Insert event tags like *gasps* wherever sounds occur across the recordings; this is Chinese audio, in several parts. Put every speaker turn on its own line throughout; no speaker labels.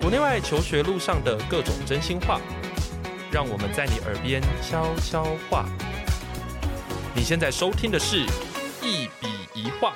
国内外求学路上的各种真心话，让我们在你耳边悄悄话。你现在收听的是《一笔一画》。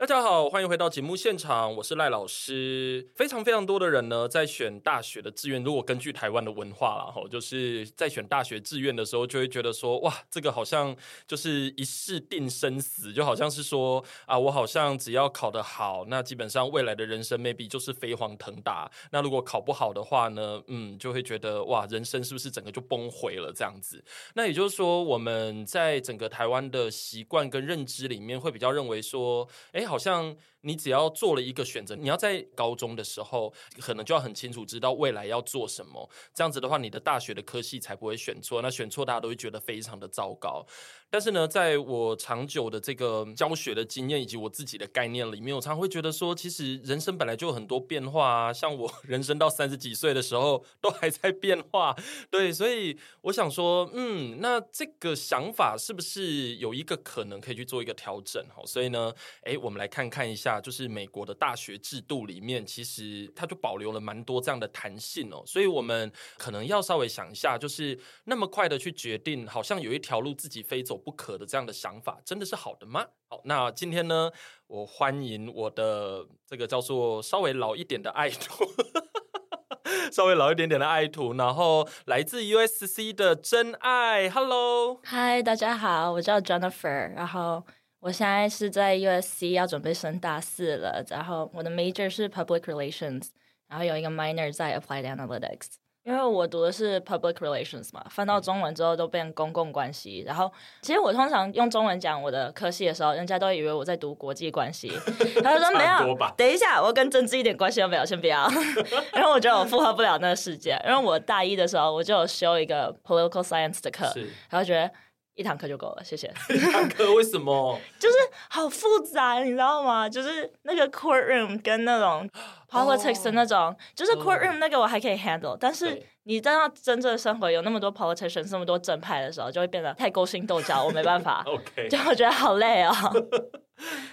大家好，欢迎回到节目现场，我是赖老师。非常非常多的人呢，在选大学的志愿，如果根据台湾的文化啦，吼，就是在选大学志愿的时候，就会觉得说，哇，这个好像就是一试定生死，就好像是说啊，我好像只要考得好，那基本上未来的人生 maybe 就是飞黄腾达。那如果考不好的话呢，嗯，就会觉得哇，人生是不是整个就崩毁了这样子？那也就是说，我们在整个台湾的习惯跟认知里面，会比较认为说，哎，好像你只要做了一个选择，你要在高中的时候，可能就要很清楚知道未来要做什么。这样子的话，你的大学的科系才不会选错。那选错，大家都会觉得非常的糟糕。但是呢，在我长久的这个教学的经验以及我自己的概念里面，我常常会觉得说，其实人生本来就有很多变化啊。像我 *laughs* 人生到三十几岁的时候，都还在变化。对，所以我想说，嗯，那这个想法是不是有一个可能可以去做一个调整？哈，所以呢，诶，我们来看看一下，就是美国的大学制度里面，其实它就保留了蛮多这样的弹性哦。所以我们可能要稍微想一下，就是那么快的去决定，好像有一条路自己非走不可的这样的想法，真的是好的吗？好，那今天呢，我欢迎我的这个叫做稍微老一点的爱徒。 *laughs* 稍微老一点点的爱徒，然后来自 USC 的真爱，Hello，
嗨，大家好，我叫 Jennifer，然后我现在是在 USC 要准备升大四了，然后我的 major 是 Public Relations，然后有一个 minor 在 Applied Analytics，因为我读的是 Public Relations 嘛，翻
嗯
到中文之后都变公共关系，然后其实我通常用中文讲我的科系的时候，人家都以为我在读国际
*laughs*
关系，他就说没
差不多
有
吧，
等一下，我跟政治一点关系都没有，先
*laughs*
不要。因为我觉得我负荷不了那个世界，因为我大一的时候我就有修一个 political science 的课，
是 *laughs*
然后觉得一堂课就够了，谢 *laughs* 谢。
大哥，为什么？
就是好复杂，你知道吗？就是那个 courtroom 跟那种
哦
politics 的那种就是 courtroom 那个我还可以 handle，、但是
嗯对
你真到真正的生活有那么多 politicians，那么多正派的时候，就会变得太勾心斗角，我没办法， *laughs*
OK，
就我觉得好累
*laughs*
哦。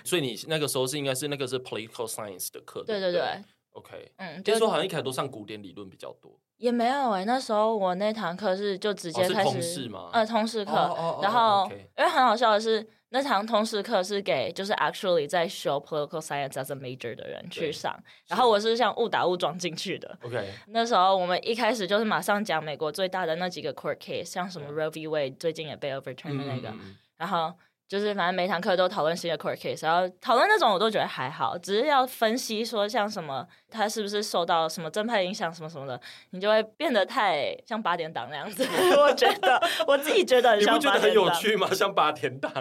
所以你那个时候是应该是那个是 political science 的课，
对
对
对
不
对，
，OK。
嗯，就
听说好像一开始都上古典理论比较多，
也没有哎、那时候我那堂课是就直
哦
接
是
开始，
通识吗
呃，通识课。
哦哦哦
然后
OK
因为很好笑的是，那堂通识课是给就是 actually 在修 political science as a major 的人
对
去上，然后我是像误打误撞进去的。
，OK，
那时候我们一开始就是马上讲美国最大的那几个 court case，像什么 Roe v. Wade 最近也被 overturned 的 *laughs* 那个，
嗯
然后就是反正每堂课都讨论新的 court case，然后讨论那种我都觉得还好，只是要分析说像什么他是不是受到什么正派影响什么什么的，你就会变得太像八点档那样子。 *laughs* 我觉得我自己觉得很
你不
像
觉
八
得很
点
有
档。
趣吗？像八田
*laughs*
档，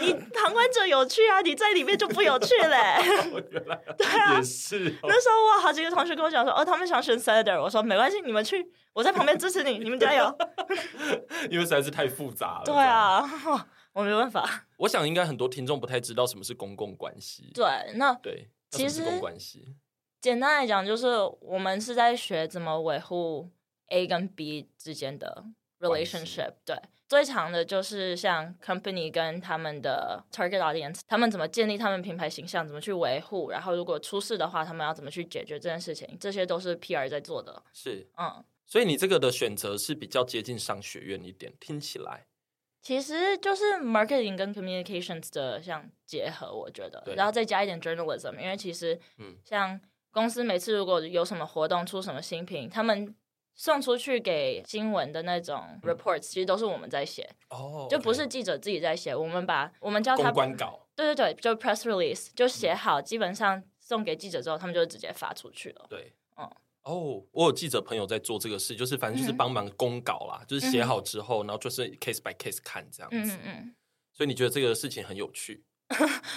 你旁观者有趣啊，你在里面就不有趣嘞。 *laughs*
原来
啊
也是哦。
那时候我好几个同学跟我讲说，哦，他们想选 senator，我说没关系，你们去，我在旁边支持你，你们
*laughs*
加油。
因为实在是太复杂了。
对，啊， *laughs* 哇我没办法。
我想应该很多听众不太知道什么是公共关系。
对，那
对，那
其
什么是
实
公关系，
简单来讲，就是我们是在学怎么维护 A 跟 B 之间的
关系
relationship。对，最长的就是像 company 跟他们的 target audience，他们怎么建立他们品牌形象，怎么去维护，然后如果出事的话，他们要怎么去解决这件事情，这些都是 PR 在做的。
是
嗯，
所以你这个的选择是比较接近商学院一点，听起来
其实就是 marketing 跟 communications 的像结合，我觉得
对，
然后再加一点 journalism，因为其实，
嗯
像公司每次如果有什么活动出什么新品，他们送出去给新闻的那种 reports，、其实都是我们在写，
嗯哦
就不是记者自己在写，我们把我们叫
公
他，
关嗯稿。
对对对，就 press release 就写好，基本上送给记者之后，他们就直接发出去了。
对，
嗯
哦，我有记者朋友在做这个事，就是反正就是
嗯
帮忙公稿啦，就是写好之后，然后就是 case by case 看这样
嗯
子。
嗯嗯，
所以你觉得这个事情很有
*laughs*
趣？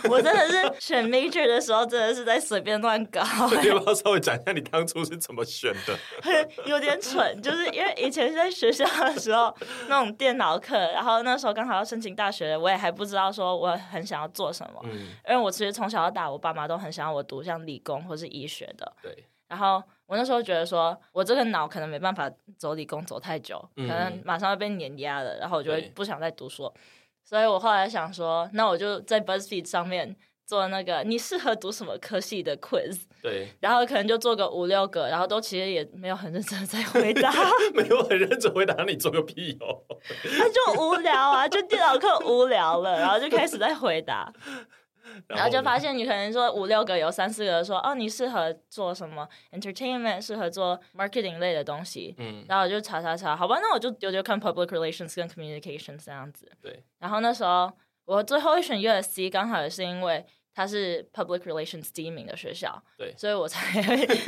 我真的是选 major 的时候，真的是在随便乱搞、
你要不要稍微讲一下你当初是怎么选的？
*laughs* 有点蠢，就是因为以前在学校的时候那种电脑课，然后那时候刚好要申请大学，我也还不知道说我很想要做什么，
嗯，
因为我其实从小到大，我爸妈都很想要我读像理工或是医学的，
对，
然后我那时候觉得说我这个脑可能没办法走理工走太久，可
嗯
能马上要被碾压了，然后我就会
对
不想再读书，所以我后来想说，那我就在 BuzzFeed 上面。做那个你适合读什么科系的 quiz，
对， *laughs*
然后可能就做个五六个，然后都其实也没有很认真地在回 *laughs* 答，
没有很认真回答你做个屁哦。
他就无聊啊，就电脑课无聊了，然后就开始在回答， *laughs* 然后就
呢
发现你可能说五六个有三四个说哦你适合做什么 entertainment，适合做 marketing 类的东西，
嗯，
然后我就查查查，好吧，那我就丢丢看 public relations 跟 communications 这样子。
对，
然后那时候我最后一选 USC，刚好也是因为它是 public relations 第一名的学校，
对
所以我才 *laughs*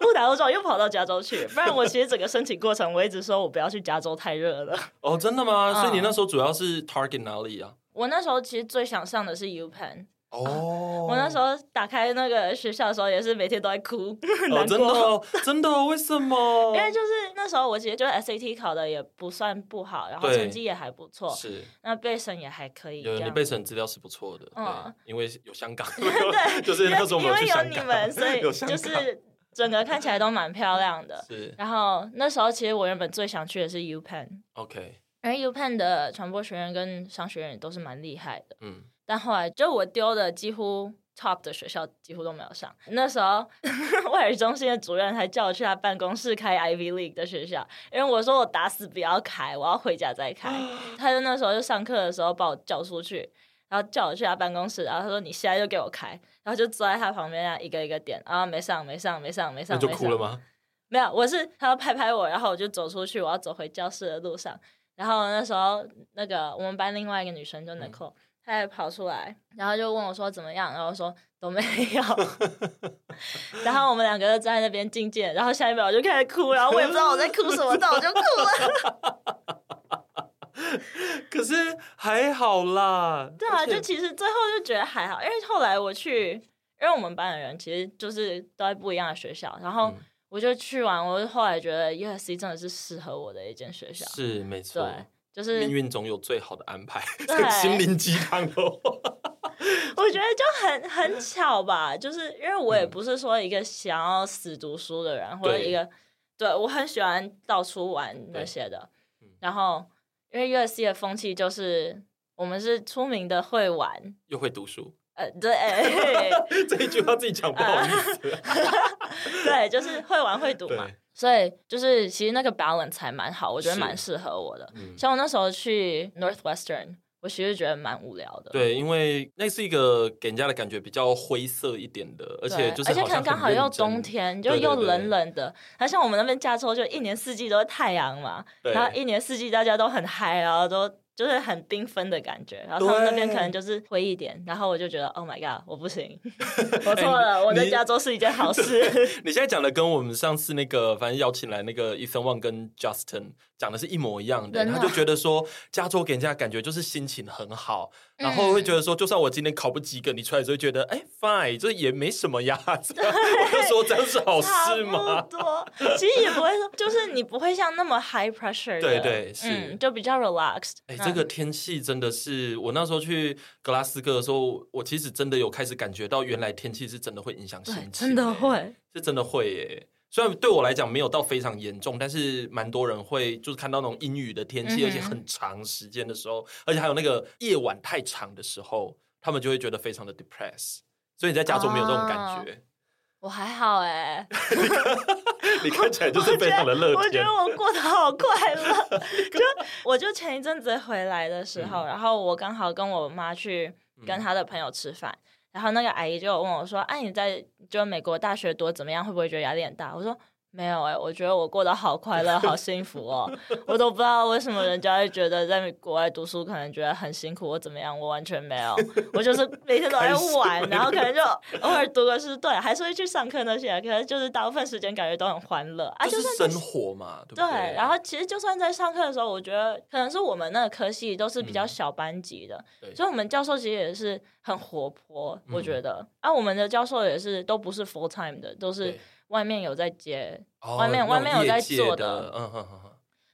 误打误撞又跑到加州去。不然我其实整个申请过程，我一直说我不要去加州，太热了。
哦，真的吗？所以你
嗯
那时候主要是 target 哪里啊？
我那时候其实最想上的是 U Penn，、
哦，
啊我那时候打开那个学校的时候，也是每天都在
*laughs*
哭，很
哦，
难
真
过。
的哦，真的哦，为什么？
*laughs* 因为就是那时候，我其实就 SAT 考的也不算不好，然后
对
成绩也还不错，
是
那备审也还可以。
有
这
你
样。
备审资料是不错的，
嗯
对，因为有香
*laughs*
港， *laughs* 就是那时候我
因
们
为
去
有
香
你
港，
们，所
*laughs*
以
有香
就
港
是整个看起来都蛮漂亮的。 *laughs*
是
然后那时候其实我原本最想去的是 U Penn，
OK，
因为 U Penn 的传播学院跟商学院也都是蛮厉害的。
嗯，
但后来就我丢的几乎 top 的学校几乎都没有上。那时候 *laughs* 外语中心的主任还叫我去他办公室开 Ivy League 的学校，因为我说我打死不要开，我要回家
*gasps*
再开。他就那时候就上课的时候把我叫出去，然后叫我去他办公室，然后他说你现在就给我开，然后就坐在他旁边啊，一个一个点啊，没上没上没上没上，
那就哭
没
了
上？ *laughs*
吗？
没有，我是他要拍拍我，然后我就走出去，我要走回教室的路上，然后那时候那个我们班另外一个女生就 Nicole，、她也跑出来，然后就问我说怎么样，然后我说都没有，然后我们两个就站在那边静静，然后下一秒我就开始哭，然后我也不知道我在哭什么，但我就哭了。 *laughs*
可是还好啦，
对啊，
而且
就其实最后就觉得还好，因为后来我去，因为我们班的人其实就是都在不一样的学校，然后
嗯
我就去完，我就后来觉得 USC 真的是适合我的一间学校，
是没错，
对，就
命
是
运总有最好的安排， *laughs*
对
心灵鸡汤哦。 *laughs*
*laughs* 我觉得就很很巧吧，就是因为我也不是说一个想要死读书的人，或者
嗯对
一个对我很喜欢到处玩那些的
嗯，
然后因为 USC 的风气就是我们是出名的会玩，
又会读书， *laughs*
呃，对。 *laughs*
这一句话自己讲不好意思。
对，就是会玩会赌嘛
对。
所以就是其实那个 balance 还蛮好，我觉得
是
蛮适合我的。
嗯
像我那时候去 Northwestern，我其实觉得蛮无聊的。
对，因为那是一个给人家的感觉比较灰色一点的，而
对。
且就是
而且
好
可能
像
刚好
很
又
认真
冬，天，就
对对
又
对
冷冷的。还像我们那边加州，就一年四季都是太阳嘛，
对
然后一年四季大家都很嗨，然后都就是很缤纷的感觉。然后他们那边
对
可能就是灰一点，然后我就觉得 Oh my God，我
*laughs*
不行，我错了，我在
哎你
加州是一件
*laughs*
好事。
你现在讲的跟我们上次那个，反正邀请来那个 Ethan Wang 跟 Justin 讲的是一模一样的。
真的
他就觉得说，加州给人家的感觉就是心情很好，
嗯
然后会觉得说，就算我今天考不及格，你出来就会觉得，哎，fine，这也没什
*laughs*
么呀。这样我就说这样是好
差
事吗
不？多，其实也不会说，就是你不会像那么 high pressure 的，
对对是
嗯，就比较 relaxed。嗯
哎、
那
这个天气真的是，我那时候去格拉斯哥的时候，我其实真的有开始感觉到，原来天气是真的会影响心
对，
情、
真的
哎
会，
是真的会耶、虽然对我来讲没有到非常严重，但是蛮多人会就是看到那种阴雨的天气，
嗯哼
而且很长时间的时候，而且还有那个夜晚太长的时候，他们就会觉得非常的 depress。所以你在加州没有这种感
啊
觉，
我还好哎、
*laughs* 你看起来就是非常的乐
我觉
天
得。我过得好快乐。
*laughs*
就我就前一阵子回来的时
嗯
候，然后我刚好跟我妈去跟她的朋友吃饭。然后那个阿姨就有问我说：“哎、你在就美国大学读得怎么样？会不会觉得压力很大？”我说：“没有哎、我觉得我过得好快乐，好幸福哦。 *laughs* 我都不知道为什么人家会觉得在国外读书可能觉得很辛苦或怎么样，我完全没
*laughs*
有。我就是每天都在
开
玩
始，
然后可
*laughs*
能就偶尔读个书，对，还是会去上课那些，可能就是大部分时间感觉都很欢乐啊，
就
就是算
生活嘛，对不
对
对？，
然后其实就算在上课的时候，我觉得可能是我们那个科系都是比较小班级的，
嗯对
所以我们教授其实也是很活泼，我
嗯
觉得。啊，我们的教授也是都不是 full time 的，都是
对
外面有在接，
哦
外
那
面
种
外面有在
业界
做
的
的，
嗯哼哼哼，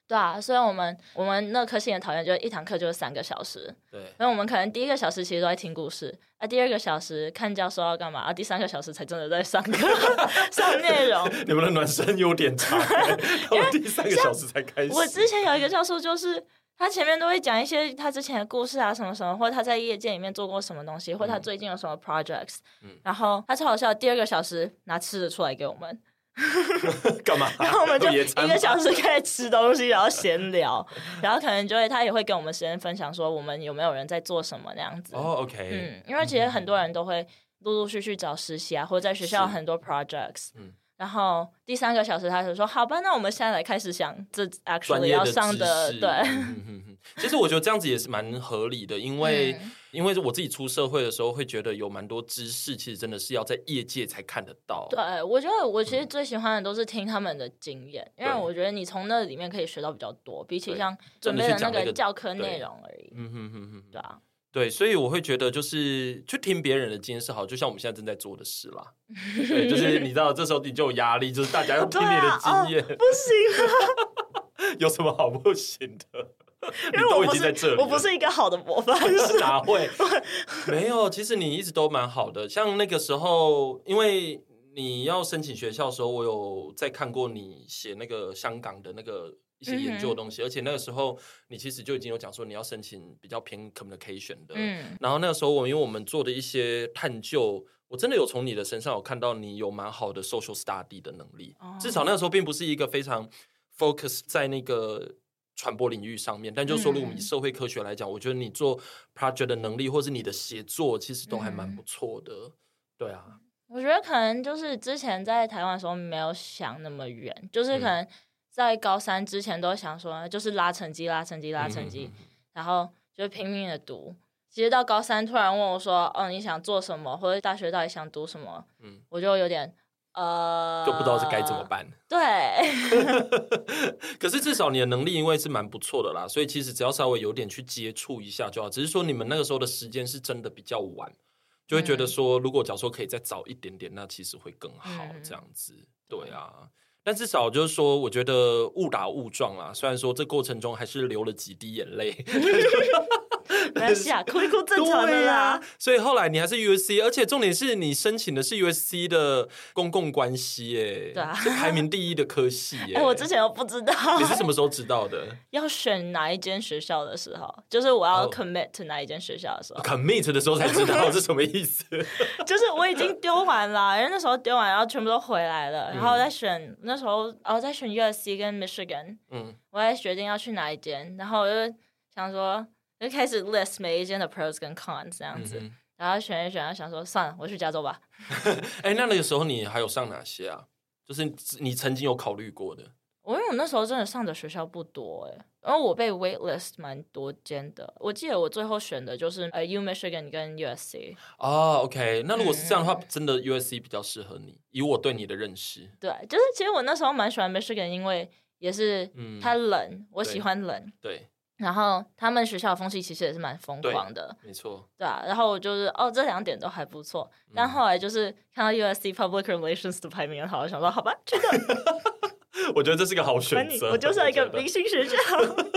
对啊。所以我们我们那科系很讨厌，就是一堂课就是三个小时， *laughs*
对，
所以我们可能第一个小时其实都在听故事，啊，第二个小时看教授要干嘛，啊，第三个小时才真的在上课 *laughs* 上内容。
你欸
*laughs*
们的暖身有点长、到第三个小时才开始。
我之前有一个教授，就是他前面都会讲一些他之前的故事啊，什么什么，或者他在业界里面做过什么东西，或者他最近有什么 projects。
嗯
然后他超好笑，第二个小时拿吃的出来给我
*laughs*
们，
干嘛？
然后我们就
野
一
餐
个小时开始吃东西，然后闲聊，然后可能就会他也会跟我们时间分享说我们有没有人在做什么那样子。
哦，OK，
嗯，因为其实很多人都会陆陆续续找实习啊，或者在学校有很多 projects。
嗯
然后第三个小时，他就说：“好吧，那我们现在来开始想这
专
actually
业
要
的知
上的
识
对，
嗯嗯嗯其实我觉得这样子也是蛮合理的，因为、
嗯
因为我自己出社会的时候，会觉得有蛮多知识，其实真的是要在业界才看得到。
对，我觉得我其实最喜欢的都是听他们的经验，因为
嗯对
我觉得你从那里面可以学到比较多，比起
对
像
真
准
的
备
去
的
讲那
个
个
教科
对
内容而已，
嗯哼哼哼
对
哼，
啊，
对，所以我会觉得就是去听别人的经验是好，就像我们现在正在做的事啦。对，就是你知道，这时候你就有压力，就是大
*laughs*
家要听你
啊
的经验，
不行，
啊 *laughs* 有什么好不行的？你 *laughs* 都已经在这里了，
一个好的模 *laughs* 范
*laughs* 哪会？没有，其实你一直都蛮好的。像那个时候，因为你要申请学校的时候，我有在看过你写那个香港的那个一些研究的东西，而且那个时候你其实就已经有讲说你要申请比较偏 communication 的。
嗯
然后那个时候我因为我们做的一些探究，我真的有从你的身上有看到你有蛮好的 social study 的能力，
哦
至少那个时候并不是一个非常 focus 在那个。传播领域上面，但就是说，如果我们以
嗯
社会科学来讲，我觉得你做 project 的能力，或是你的写作，其实都还蛮
嗯
不错的。对啊，
我觉得可能就是之前在台湾的时候没有想那么远，就是可
嗯
能在高三之前都想说就是拉成绩、拉成
嗯
绩、拉成绩，然后就拼命的读。其实到高三突然问我说：“哦，你想做什么？或者大学到底想读什么？”
嗯
我就有点呃，
就不知道是该怎么。办。
对，
可是至少你的能力，因为是蛮不错的啦，所以其实只要稍微有点去接触一下就好。只是说你们那个时候的时间是真的比较晚，就会觉
嗯
得说，如果假如说可以再早一点点，那其实会更好，
嗯
这样子。对啊，但至少就是说，我觉得误打误撞啦。虽然说这过程中还是流了几滴眼泪，
没关
*laughs*
系啊，哭一哭 *laughs* 正常的
对
啦
啊。所以后来你还是 USC，而且重点是你申请的是 USC 的公共关系、耶，
对啊
是排名第一的科系、
*laughs*
耶。
哎、我之前都哦不知道
啊你是什么时候知道的？
要选哪一间学校的时候，就是我要
哦
commit to 哪一间学校的时候，
commit 的时候才知 *laughs* 道是什么意思。
就是我已经丢完了，因为那时候丢完，然后全部都回来了，然后
嗯
再选那时候，哦，再选 USC 跟 Michigan，
嗯，
我还决定要去哪一间，然后我就想说，就开始 list 每一间的 pros 跟 cons 这样子，
嗯
然后选一选，然后想说算了，我去加州吧。
哎、那那个时候你还有上哪些啊？就是你曾经有考虑过的
我因为我那时候真的上的学校不多诶、然后我被 waitlist 蛮多间的，我记得我最后选的就是呃 U Michigan 跟 USC，
哦，OK，那如果是这样的话，真的 USC 比较适合你，以我对你的认识。
对，就是其实我那时候蛮喜欢 Michigan，因为也是
嗯
它冷，我
对
喜欢冷。
对，
然后他们学校的风气其实也是蛮疯
对
狂的，
没错。
对啊，然后我就是哦，这两点都还不错，
嗯
但后来就是看到 USC Public Relations 的排名很好，我想说好吧，去的
*laughs* 我觉得这是个好
管
选
你，
择。
我就是要一个
我觉得
明星学校。
*laughs*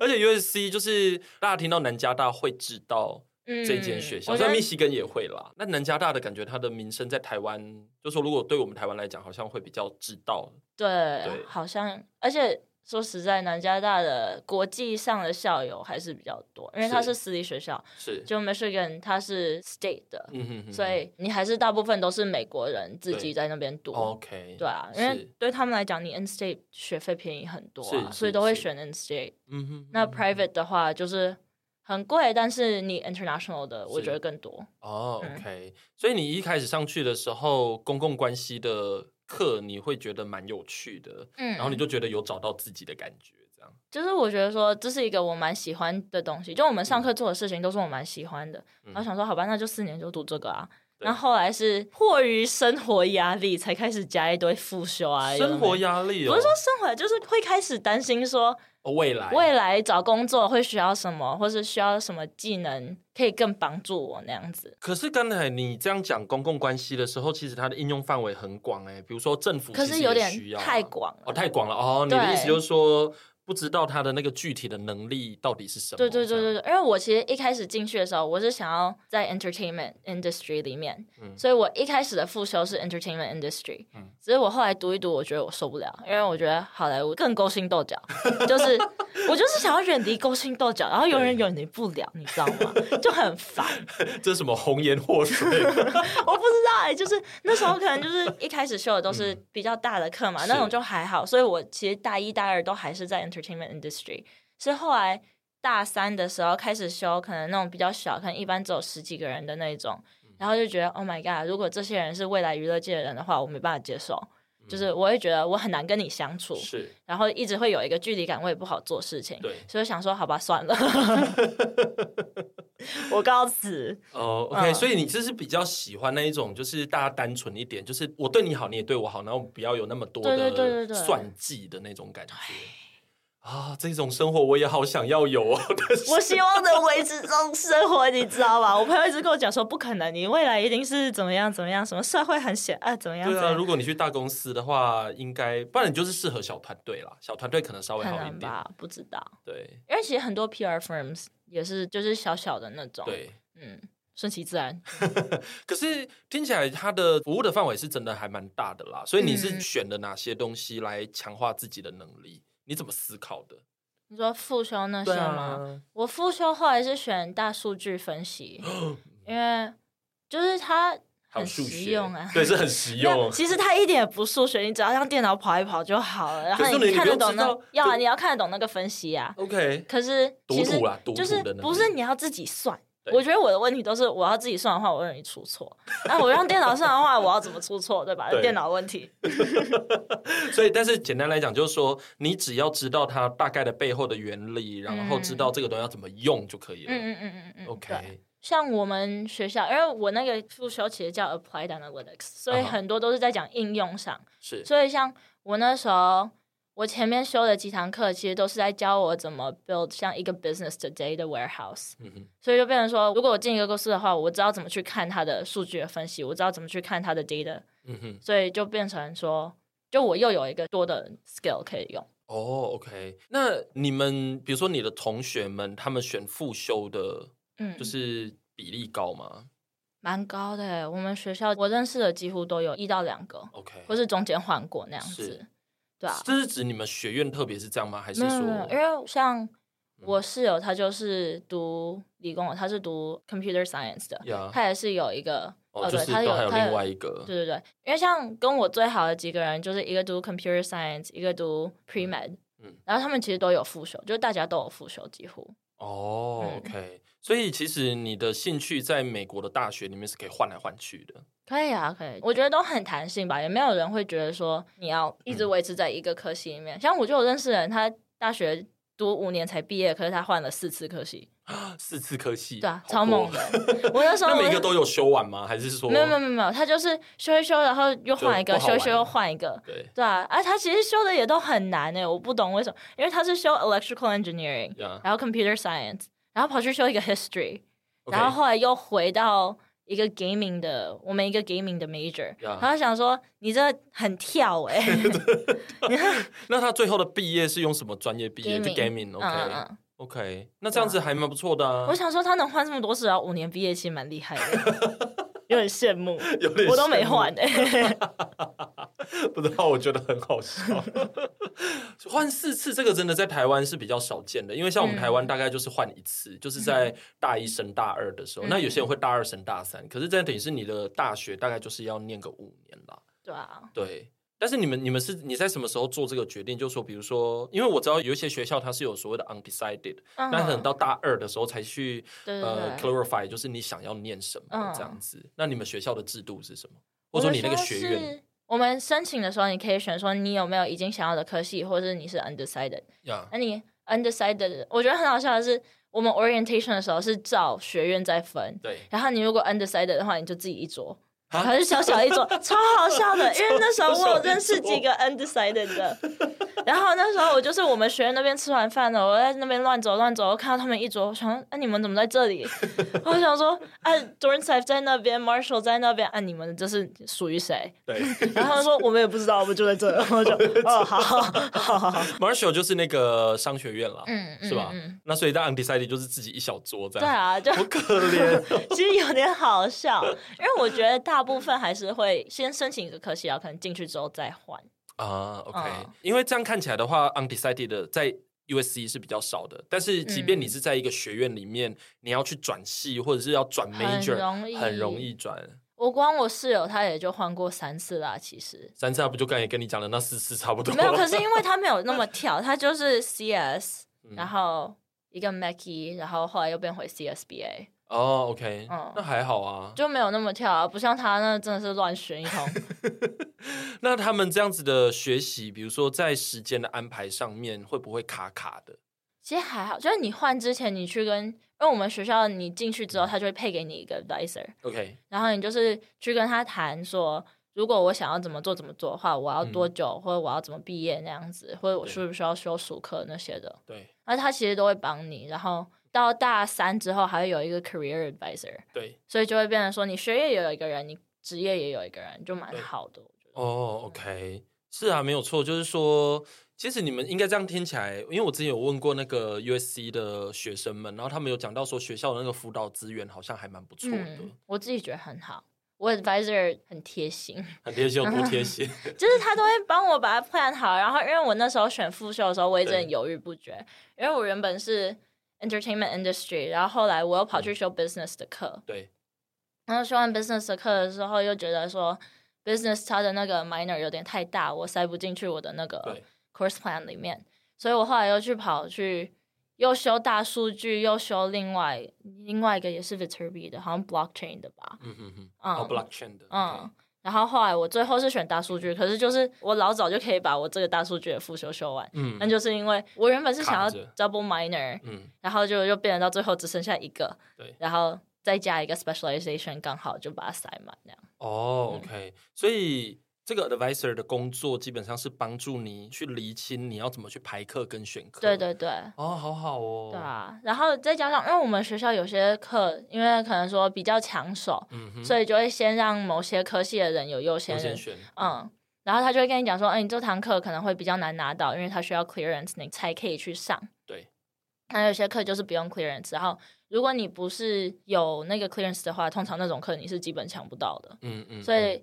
而且 USC 就是大家听到南加大会知道
嗯
这间学校，
我觉
虽然
得
密西根也会啦。那南加大的感觉，它的名声在台湾，就说如果对我们台湾来讲，好像会比较知道。对
对，好像而且说实在，南加大的国际上的校友还是比较多，因为它
是
是私立学校，
是，
就 Michigan 它是 state 的，
嗯哼哼
所以你还是大部分都是美国人自己
对
在那边读。
OK，
对啊，因
是
为对他们来讲，你 in state 学费便宜很多啊，
是
所以
是
都会
是
选 in state。
嗯哼，
那
嗯哼
private 的话就是很贵，但是你 international 的我
是
觉得更多。
哦、
嗯
o k 所以你一开始上去的时候，公共关系的课你会觉得蛮有趣的，
嗯，
然后你就觉得有找到自己的感觉，这样。
就是我觉得说这是一个我蛮喜欢的东西，就我们上课做的事情都是我蛮喜欢的，
嗯
然后想说好吧，那就四年就读这个啊。
对
然后后来是迫于生活压力，才开始加一堆复修啊。有的
生活
没的
压力哦，
不是说生活，就是会开始担心说
哦未来，
未来找工作会需要什么，或是需要什么技能可以更帮助我那样子。
可是刚才你这样讲公共关系的时候，其实它的应用范围很广哎、比如说政府
可
其
是
实
有
也
点
需要啊
太广了，
哦，太广了哦。你的意思
对
就是说，不不知道他的那个具体的能力到底是什么。
对对对
这样
对对，因为我其实一开始进去的时候，我是想要在 entertainment industry 里面，
嗯
所以我一开始的副修是 entertainment industry，
嗯
只是我后来读一读，我觉得我受不了，因为我觉得好莱坞更勾心斗角，就是我就是想要远离勾心斗角，然后永远
对
远离不了，你知道吗？就很烦，
这是什么红颜祸
*laughs*
水？
我不知道哎、就是那时候可能就是一开始修的都是比较大的课嘛，
嗯是
那种就还好，所以我其实大一大二都还是在 entertainment industry，是后来大三的时候开始修，可能那种比较小，可能一般只有十几个人的那种，
嗯
然后就觉得 Oh my God，如果这些人是未来娱乐界的人的话，我没办法接受，就是我会觉得我很难跟你相处，
嗯是，
然后一直会有一个距离感，我也不好做事情，
对，
所以我想说好吧，
*laughs*
算了， *laughs* 我告辞。
哦，OK，、
嗯
所以你就是比较喜欢那一种，就是大家单纯一点，就是我对你好，你也对我好，然后不要有那么多
对对对
的
对对
算计的那种感觉。啊，这种生活我也好想要有哦， *laughs* 但是
我希望能维持这种生活，你知道 *laughs* 吧？我朋友一直跟我讲说，不可能，你未来一定是怎么样怎么样，什么社会很险呃恶，怎么样
对
怎么
啊，
样，
如果你去大公司的话，应该不然你就是适合小团队啦，小团队可能稍微
可
好一
能
点。
吧？不知道，
对
因为其实很多 PR firms 也是就是小小的那种，，
对，
嗯，顺其自然。
可是听起来它的服务的范围是真的还蛮大的啦，所以你是
嗯
选了哪些东西来强化自己的能力？你怎么思考的？
你说复修那些
对
吗？
啊，
我复修后来是选大数据
*gasps*
分析，因为就是它
还有
很
数
实
学
用啊，
对，是很实用
那。其实它一点也不数学，你只要让电脑跑一跑就好了。然
可
后
是你不
看得
用
懂
知
那
道
要啊，
就
你要看得懂那个分析啊。
*laughs* OK，
可是其
读
实
谱啦读
就
谱
是
的能
不是
力
你要自己算。
对
我觉得我的问题都是我要自己算的话，我容易
*laughs*
出错。那我让电脑算的话，我要怎么出错，对吧？
对
电脑问题。
所以但是简单来讲，就是说你只要知道它大概的背后的原理，然后知道这个东西要怎么用就可以了。
嗯嗯嗯嗯嗯嗯。对
OK，
像我们学校，因为我那个副修其实叫 Applied Analytics，所以
啊哈
很多都是在讲应用上。
是
所以像我那时候，我前面修的几堂课，其实都是在教我怎么 build 像一个 business today 的 warehouse。
嗯哼
所以就变成说，如果我进一个公司的话，我知道怎么去看它的数据的分析，我知道怎么去看它的 data，
嗯哼。
所以就变成说，就我又有一个多的 skill 可以用。
哦、o k 那你们比如说你的同学们，他们选复修的，
嗯，
就是比例高吗
蛮高的欸耶。我们学校我认识的几乎都有一到两个，
？OK，
或是中间换过那样子
是。
对啊，
这是指你们学院特别是这样吗？还是
没
说嗯
有没有，因为像我室友他就是读理工的，他是读 computer science 的，
呀
他也是有一个
啊
呃
哦，就
对，
是
他
都还
有
有
他
另外一个
对对对，因为像跟我最好的几个人，就是一个读 computer science，一个读 pre med，
嗯
然后他们其实都有复修，就是大家都有复修，几乎
哦、
嗯
o k 所以其实你的兴趣在美国的大学里面是可以换来换去的。
可以啊，可以，我觉得都很弹性吧，也没有人会觉得说你要一直
嗯
维持在一个科系里面。像我就有认识人，他大学读五年才毕业，可是他换了四次科系，
四次科系，
对啊，
好
超
多
猛。的。我那时
*laughs*
候
那
我
每一个都有修完吗？还是说
没有没有没有没有，他就是修一修，然后又换一个，
就不好
修
玩
一修又换一个，
对
对啊，啊，他其实修的也都很难欸诶，我不懂为什么，因为他是修 electrical engineering，
呀
然后 computer science，然后跑去修一个 history，
？OK，
然后后来又回到一个 gaming 的，我们一个 gaming 的 major，
Yeah
然后想说你这很跳
*laughs*
欸诶，
那他最后的毕业是用什么专业毕业？就
gaming，
gaming，OK、
嗯嗯
OK，那这样子还蛮不错的
嗯，
啊
我。想说他能换这么多次，然后五年毕业其实蛮厉害的，
*laughs*
有点羡慕，
有点
我都
羡
没
慕
换欸
*laughs*
诶，
不知道，我觉得很好笑。 *laughs* 换四次这个真的在台湾是比较少见的，因为像我们
嗯
台湾大概就是换一次，就是在大一升大二的时候。
嗯
那有些人会大二升大三，可是这样等于是你的大学大概就是要念个五年啦。
对啊，
对，但是你们你们是你在什么时候做这个决定？就说比如说，因为我知道有一些学校它是有所谓的 undecided，
嗯
那可能到大二的时候才去
对对
呃
对
clarify，就是你想要念什么
嗯
这样子。那你们学校的制度是什么？或
我
者说
们
你那个
说
学院
是。我们申请的时候，你可以选说你有没有已经想要的科系，或者是你是 undecided。
呀
那你 undecided，我觉得很好笑的是，我们 orientation 的时候是照学院在分，
*laughs* 对，
然后你如果 undecided 的话，你就自己一桌，
啊 *laughs*
还是小小一桌，超好笑的。因为那时候我有认识几个 undecided 的，然后那时候我就是我们学院那边吃完饭了，我在那边乱走乱走，我看到他们一桌，我想说，哎、你们怎么在这里？ *laughs* 我想说，哎、d o r n s i f e 在那边，Marshall 在那边，啊，你们这是属于谁？
对
然后他们说我们也不知道，我们就在这。 *laughs* 我就哦，好好好好好，
，Marshall 就是那个商学院啦，
嗯，嗯
是吧？
嗯，
那所以在 undecided 就是自己一小桌这
对
样，
啊，就
好可怜。
*laughs* 其实有点好笑，因为我觉得大部分还是会先申请一个科系，然后可能进去之后再换。
啊，OK、o k
嗯
因为这样看起来的话，undecided 的在 USC 是比较少的，但是即便你是在一个学院里面，你要去转系或者是要转
很
major，
容易
很容易转。
我光我室友他也就换过三次啦，其实
三次啊不就刚才跟你讲的那四次差不多？
没有，可是因为他没有那么跳，他就是 CS，
嗯
然后一个 Mackie，然后后来又变回 CSBA，
*laughs* 哦，OK，、
嗯
那还好啊。
就没有那么跳啊，不像他那真的是乱选一通。
那他们这样子的学习，比如说在时间的安排上面，会不会卡卡的？
其实还好，就是你换之前你去跟，因为我们学校你进去之后，他就会配给你一个 advisor，
OK，
然后你就是去跟他谈说，如果我想要怎么做怎么做的话，我要多久，或者我要怎么毕业那样子，或者我
嗯对
需不需要修暑课那些的，
对
那他其实都会帮你。然后到大三之后，还会有一个 career advisor，
对，
所以就会变成说，你学业也有一个人，你职业也有一个人，就蛮
对
好的。我觉得
哦，OK，是啊，没有错，就是说，其实你们应该这样听起来，因为我之前有问过那个 USC 的学生们，然后他们有讲到说学校的那个辅导资源好像还蛮不错的，
嗯，我自己觉得很好。我 advisor 很贴心，
*laughs* 很贴心，有多贴
*laughs*
心。
就是他都会帮我把它 plan 好。然后，因为我那时候选复修的时候，我一直很犹豫不决，因为我原本是 entertainment industry，然后后来我又跑去修
嗯
business 的课，
对，
然后修完 business 的课的时候，又觉得说 business 它的那个 minor 有点太大，我塞不进去我的那个 *laughs*
对
course plan 里面，所以我后来又去跑去。又修大数据，又修另外另外一个也是 Viterbi 的，好像 blockchain 的吧，
嗯嗯嗯，
嗯
哦，blockchain 的，
嗯，然后后来我最后是选大数据，可是就是我老早就可以把我这个大数据的复修修完，
嗯
那就是因为我原本是想
卡
要
着
double minor，
嗯，
然后就又变得到最后只剩下一个，
对
然后再加一个 specialization，刚好就把它塞满那样。嗯
哦，OK，所以。这个 advisor 的工作基本上是帮助你去厘清你要怎么去排课跟选课。
对对对。
哦，好好哦。
对啊，然后再加上，因为我们学校有些课，因为可能说比较抢手，
嗯哼，
所以就会先让某些科系的人有优先
优
人
先选。
嗯，然后他就会跟你讲说，哎、你这堂课可能会比较难拿到，因为他需要 clearance，你才可以去上。
对，
那有些课就是不用 clearance，然后如果你不是有那个 clearance 的话，通常那种课你是基本抢不到的，
嗯嗯，
所以。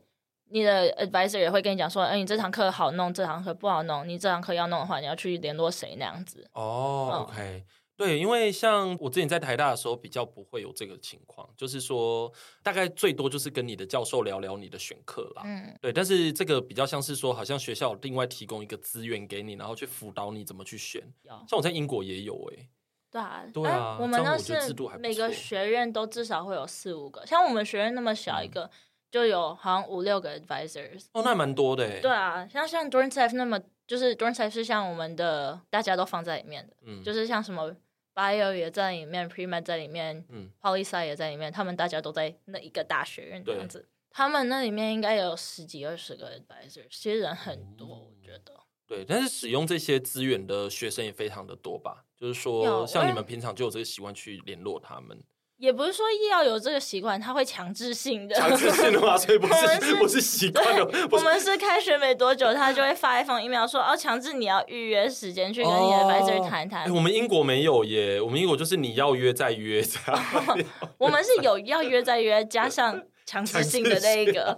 你的 advisor 也会跟你讲说，哎、你这堂课好弄，这堂课不好弄。你这堂课要弄的话，你要去联络谁那样子。
哦、
嗯
o k 对，因为像我之前在台大的时候，比较不会有这个情况，就是说大概最多就是跟你的教授聊聊你的选课啦。
嗯，
对，但是这个比较像是说，好像学校有另外提供一个资源给你，然后去辅导你怎么去选。
有
像我在英国也有欸诶、
对啊，
对啊
但我们
这样
那
我觉得制
是
度还不
每个
错
学院都至少会有四五个，像我们学院那么小一
嗯
个，就有好像五六个 advisors。
哦，那还蛮多的诶、
对，啊，像像 Dorn Safe 那么，就是 Dorn Safe 是像我们的大家都放在里面的，
嗯，
就是是像什么 Bio 也在里面，Pre Med 在里面，
嗯
p o l y s c i 也在里面，他们大家都在那一个大学院这
对
样子。他们那里面应该有十几二十个 advisor，其实人很多，
哦
我觉得。
对，但是使用这些资源的学生也非常的多吧？就是说，
有
像你
嗯
们平常就有这个习惯去联络他们， *laughs*
也不是说要有这个习惯，他会强制性的。 *laughs*
强制性的话，所以不
我们
是
是
不是习惯的，
对，
不
我
是
们是开学没多久，他就会发一封 email 说，哦，强制你要预约时间去跟你的
哦
advisor 谈谈
欸。我们英国没有耶，我们英国就是你要约再约这
*laughs*
样。
我们是有要约再约，加上强制性的那一
*laughs*
个，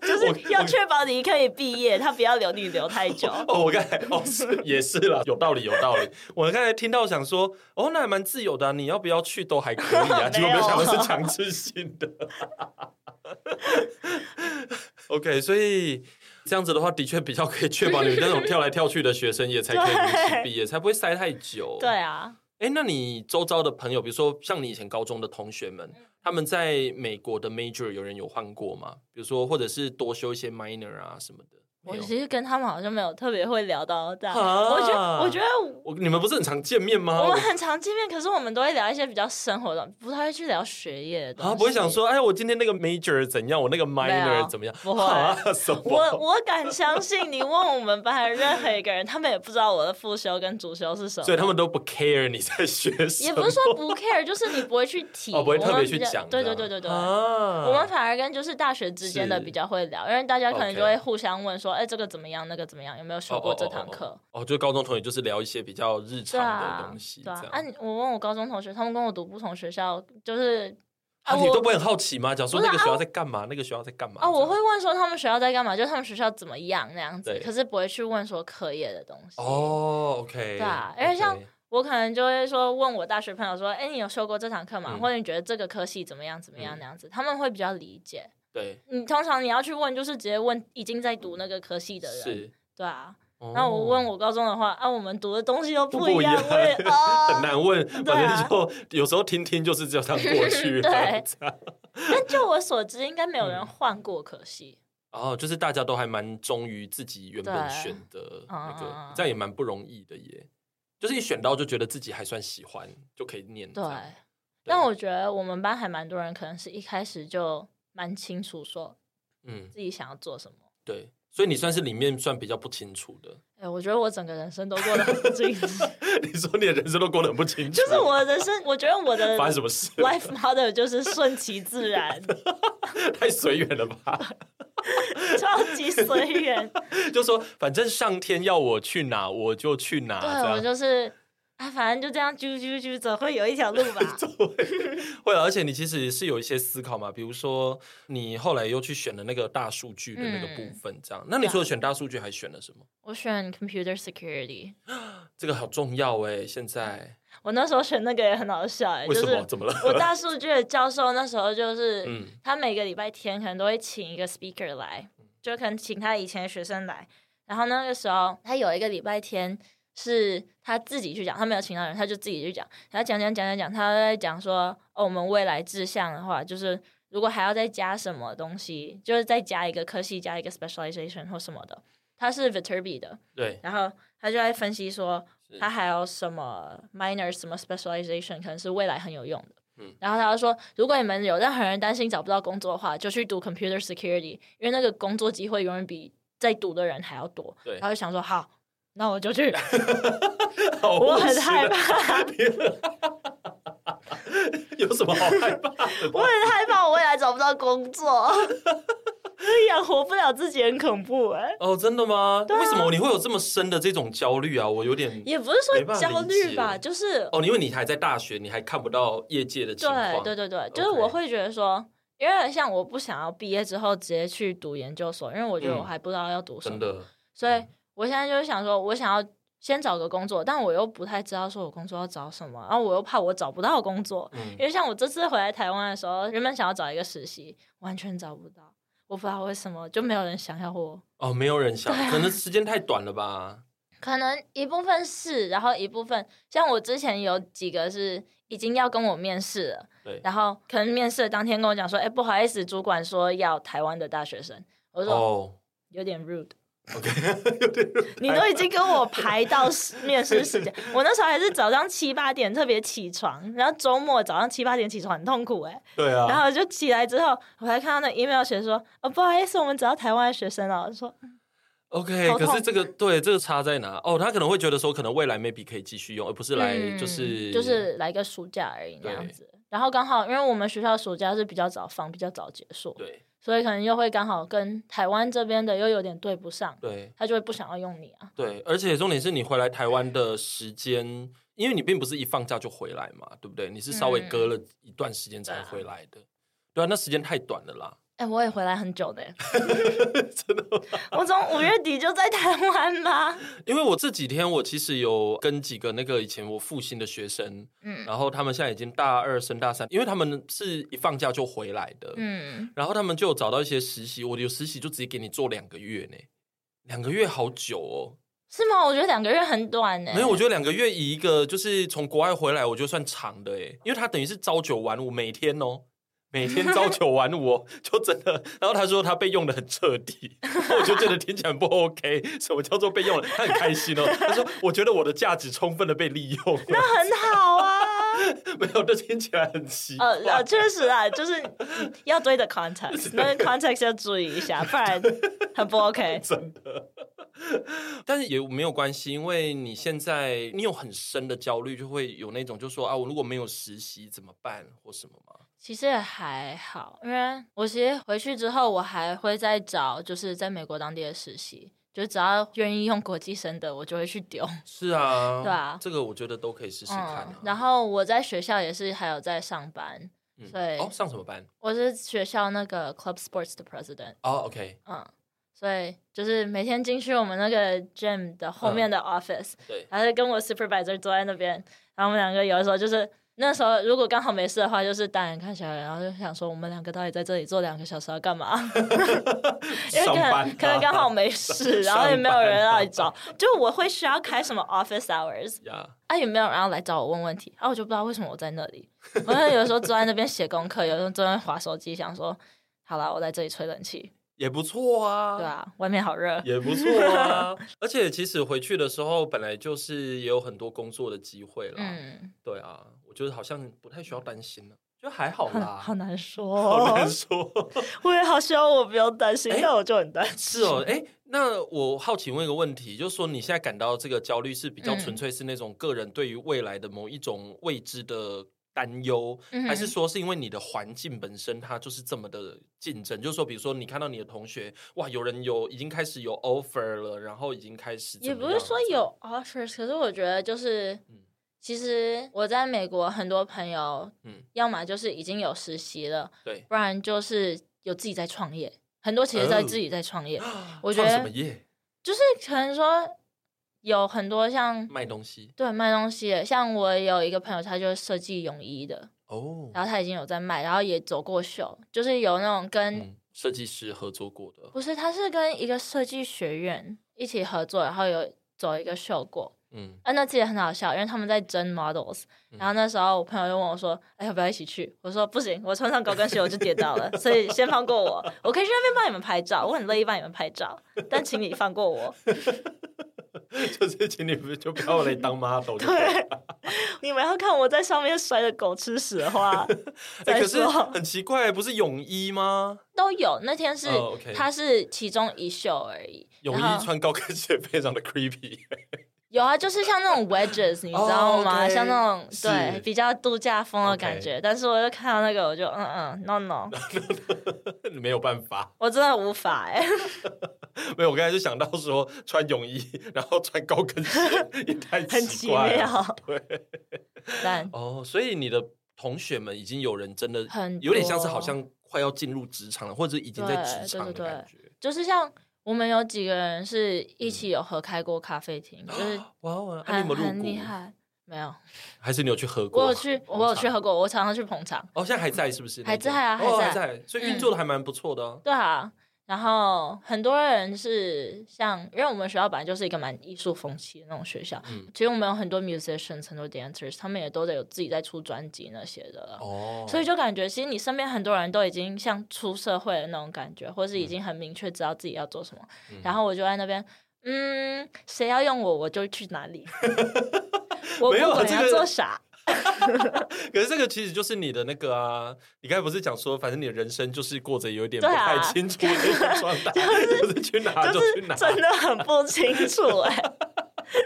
就是要确保你可以毕业，他不要留你留太久。
哦，我刚才哦是也是啦，有道理有道理。我刚才听到想说，哦，那还蛮自由的啊、你要不要去都还可以
*laughs*
啊，结果没有想到是强制性的。OK，所以这样子的话，的确比较可以确保你们那种跳来跳去的学生也才
*laughs*
可以如期毕业，才不会塞太久。
对啊，
哎，那你周遭的朋友，比如说像你以前高中的同学们，
嗯
他们在美国的 major 有人有换过吗？比如说，或者是多修一些 minor 啊什么的？
我
没有
其实跟他们好像没有特别会聊到这样。
啊
我觉得，我觉得
我你们不是很常见面吗？
我们很常见面，可是我们都会聊一些比较生活的，不太会去聊学业的东西。
啊，不会想说，哎，我今天那个 major 怎样，我那个
没有
minor 怎么样？
不会
啊， *laughs* 什么？
我我敢相信，你问我们班的任何一个人，他们也不知道我的副修跟主修是什
所以
么。
他们都不 care 你在学什么，
也不是说不 care，就是你不会去提，
哦，不会特别去
我们比较
讲这
对
样。
对对对对，
啊
我们反而跟就是大学之间的
是
比较会聊，因为大家可能
OK
就会互相问说，哎，这个怎么样，那个怎么样，有没有修过这堂课？
哦哦哦哦，就高中同学就是聊一些比较日
对
常的
啊
东西，，
对啊
这。
啊
样。，
我问我高中同学，他们跟我读不同学校，就是啊，
啊，你都
我
不会很好奇吗？讲说
不
那
是啊
个学校在干嘛，那个学校在干嘛？
啊，
哦这
我
样
会问说他们学校在干嘛，就是他们学校怎么样那样子
对，
可是不会去问说课业的东西。
哦，OK，
对啊因为像
OK
我可能就会说问我大学朋友说，哎，你有修过这堂课吗？
嗯
或者你觉得这个科系怎么样怎么样
嗯
那样子，他们会比较理解。
对
你通常你要去问，就是直接问已经在读那个科系的人，
是。
对啊。
哦
那我问我高中的话，啊，我们读的东西又
不
不一样，
不一样
我也
*laughs* 很
啊。
难问，
对啊
反正就有时候听听就是
*laughs*
这样过去了。
对
这
*laughs*
样
但就我所知，应该没有
嗯
人换过科系。
哦，就是大家都还蛮忠于自己原本
对
选的那
嗯嗯
个
嗯，
这样也蛮不容易的耶。就是一选到就觉得自己还算喜欢，就可以念这
对
样。，
但我觉得我们班还蛮多人，可能是一开始就蛮清楚说
嗯
自己想要做什么。
对，所以你算是里面算比较不清楚的。 *laughs*
哎、我觉得我整个人生都过得很不尽兴，
你说你的人生都过得很不清楚，
就是我的人生，我觉得我
*laughs*
的
发生什么事
life mother 就是顺其
*laughs*
自然，
太随缘了吧？ *laughs*
超级随缘。
就说反正上天要我去哪我就去哪，
对，我
这样
就是啊，反正就这样啾啾啾，总会有一条路
*laughs*
吧。
会啊。而且你其实是有一些思考嘛，比如说你后来又去选了那个大数据的那个部分，这样。那你除了选大数据，还选了什么？
我选 computer security，
这个好重要哎、现在
我那时候选那个也很好笑、哎，
为什么？
就是
怎么了？
我大数据的教授那时候就是，
*laughs* 嗯
他每个礼拜天可能都会请一个 speaker 来，就可能请他以前的学生来。然后那个时候，他有一个礼拜天是他自己去讲，他没有请到人，他就自己去讲。然后讲讲讲讲讲，他在讲说，哦，我们未来志向的话，就是如果还要再加什么东西，就是再加一个科系，加一个 specialization 或什么的。他是 Viterbi 的，
对，
然后他就在分析说
是，
他还有什么 minor 什么 specialization 可能是未来很有用的。
嗯
然后他就说，如果你们有任何人担心找不到工作的话，就去读 computer security，因为那个工作机会永远比在读的人还要多。
对
然后就想说，好，那我
*laughs*
就去，
好
我很
务实的 *laughs*
害，怕，
*laughs* 有什么好害怕的
我
吧？
很害怕我未来找不到工作， *laughs* 养活不了自己很恐怖哎、
哦，真的吗？
啊
为什么你会有这么深的这种焦虑啊？我有点
也不是
没
说
办法
焦
理
虑
解
吧，就是
哦，因为你还在大学，你还看不到业界的情况。
对对对对，就是我
OK
会觉得说，因为像我不想要毕业之后直接去读研究所，因为我觉得我
嗯
还不知道要读什
真
么，
的嗯
所以我现在就是想说，我想要先找个工作，但我又不太知道说我工作要找什么，然后我又怕我找不到工作，
嗯
因为像我这次回来台湾的时候，原本想要找一个实习，完全找不到，我不知道为什么就没有人想要我。
哦，没有人想，
对啊
可能时间太短了吧？
可能一部分是，然后一部分像我之前有几个是已经要跟我面试了，
对
然后可能面试的当天跟我讲说，哎，不好意思，主管说要台湾的大学生，我说、
哦
有点 rude，
，OK，有 *laughs* 点
你都已经跟我排到时面试时间， *laughs* 我那时候还是早上七八点特别起床，然后周末早上七八点起床很痛苦哎、
对
然
啊，
后就起来之后，我还看到那 email 写说，哦，不好意思，我们找到台湾的学生哦了，我说
OK，
头
可
痛
是这个对这个差在哪？哦，他可能会觉得说，可能未来 maybe 可以继续用，而不是来
嗯
就是、
就是来个暑假而已那
对
样子。然后刚好因为我们学校暑假是比较早放，比较早结束，
对
所以可能又会刚好跟台湾这边的又有点对不上，
对
他就会不想要用你啊。
对，而且重点是你回来台湾的时间，因为你并不是一放假就回来嘛，对不对？你是稍微
嗯
隔了一段时间才
对啊
回来的，对啊，那时间太短了啦。
哎、我也回来很久呢，欸
*laughs* 真的
*laughs* 我从五月底就在台湾啦。
因为我这几天我其实有跟几个那个以前我复兴的学生，
嗯
然后他们现在已经大二升大三，因为他们是一放假就回来的，
嗯，
然后他们就有找到一些实习，我有实习就直接给你做两个月呢，两个月好久哦，
是吗？我觉得两个月很短欸呢。
没有，我觉得两个月欸以一个就是从国外回来，我觉得算长的哎，因为他等于是朝九晚五，每天哦。每天朝九晚五、哦， *laughs* 就真的。然后他说他被用的很彻底，我就觉得听起来很不 OK。什么叫做被用了？他很开心哦。他说我觉得我的价值充分的被利用了， *laughs*
那很好啊。
没有，这听起来很奇怪。
呃呃，确实啊，就是要对的
*laughs*
context，那个 context 要注意一下，不然很不 OK。
真的。 *laughs* 但是也没有关系，因为你现在你有很深的焦虑，就会有那种就说啊，我如果没有实习怎么办或什么吗？
其实也还好，因为我其实回去之后，我还会再找，就是在美国当地的实习，就只要愿意用国际生的，我就会去
*laughs*
丢。
是啊，
*laughs* 对啊
这个我觉得都可以试试看、啊
嗯，然后我在学校也是还有在上班，
嗯
所以
哦，上什么班？
我是学校那个 club sports 的 president，
哦，OK，
嗯，所以就是每天进去我们那个 gym 的后
嗯
面的 office，、
对，
然后跟我 supervisor 坐在那边，然后我们两个有的时候就是那时候如果刚好没事的话，就是单眼看小人，然后就想说我们两个到底在这里坐两个小时要干嘛？ *laughs* 因为
上
可能、
班啊
可能刚好没
*laughs*
事，
上
然后也没有人
上班啊
来找，就我会需要开什么 office hours，
*laughs* 呀，
啊也没有人要来找我问问题，啊我就不知道为什么我在那里，我就有时候坐在那边写功课，有时候坐在那边划手机，想说好了，我在这里吹冷气，
也不错啊，
对啊，外面好热，
也不错
*laughs*
啊。而且其实回去的时候，本来就是也有很多工作的机会啦。
嗯，
对啊，我觉得好像不太需要担心了，就还好
很
啦。
好难说
好
哦，
难说，
*laughs* 我也好希望我不用担心
哎，
但我就很担
是
心。
哦，哎、那我好奇问一个问题，就是说你现在感到这个焦虑是比
嗯
较纯粹是那种个人对于未来的某一种未知的担忧，
嗯
还是说是因为你的环境本身它就是这么的竞争？就是说，比如说你看到你的同学，哇，有人有已经开始有 offer 了，然后已经开始
也
怎么
不是
样
说
子
有 offers，可是我觉得就是
嗯，
其实我在美国很多朋友，
嗯
要么就是已经有实习了，
对，
不然就是有自己在创业，很多其实在
哦
自己在创业，我
我
觉
啊什么
得
业
就是可能说有很多像
卖东西
对卖东西的，像我有一个朋友，他就是设计泳衣的，
哦，
然后他已经有在卖，然后也走过秀，就是有那种跟
嗯，设计师合作过的，
不是，他是跟一个设计学院一起合作，然后有走一个秀过。
嗯， *laughs*
啊，那次也很好笑，因为他们在争 models，
嗯
然后那时候我朋友就问我说：“哎，要不要一起去？”我说：“不行，我穿上高跟鞋我就跌倒了，所以先放过我。我可以去那边帮你们拍照，我很乐意帮你们拍照，但请你放
*laughs*
过我。
就是请你们就不要来当 model 哎就对了。
对，你们要看我在上面摔的狗吃屎
*laughs*
的话，
哎，
再
可是
说
很奇怪，不是泳衣吗？
都有。那天是、
哦，OK
他是其中一秀而已，
泳
然
衣
后
穿高跟鞋非常的 creepy。 *laughs*
有啊，就是像那种 wedges，你知道吗
哦，OK
像那种
是
对比较度假风的感觉。但是我就看到那个，我就嗯嗯，no no，
没有办法，
我真的无法 *laughs* 哎、
没有，我刚才就想到说穿泳衣，然后穿高跟鞋 *laughs* 也太
很
奇
奇
怪
妙
了。。对，
但
哦，所以你的同学们已经有人真的
很
有点像是
多
好像快要进入职场了，或者已经在职
对
场的
对对
感觉。
就是像我们有几个人是一起有合开过咖啡厅，就是
哇哦，啊、
很
你有没有
很
入
厉
股？
害。没有，
还是你有去喝过？
我有去，
捧
我有
场
去喝过，我常常去捧场。
哦，现在还在是不是？
还
那间
在啊
哦还
还在
在，所以运
嗯
作的还蛮不错的啊。
对啊，然后很多人是像，因为我们学校本来就是一个蛮艺术风气的那种学校，
嗯
其实我们有很多 musicians，很多 dancers，他们也都得有自己在出专辑那些的了。
哦，
所以就感觉，其实你身边很多人都已经像出社会的那种感觉，或是已经很明确知道自己要做什么。
嗯
然后我就在那边，嗯，谁要用我，我就去
*laughs*
哪里。我
没有啊
不管
这
要
个
做啥，
可是这个其实就是你的那个啊，你刚才不是讲说，反正你的人生就是过着有一点不
对啊
太清楚的一种状态，就是去哪就
就
去
是
哪。
真的很不清楚哎、
*laughs*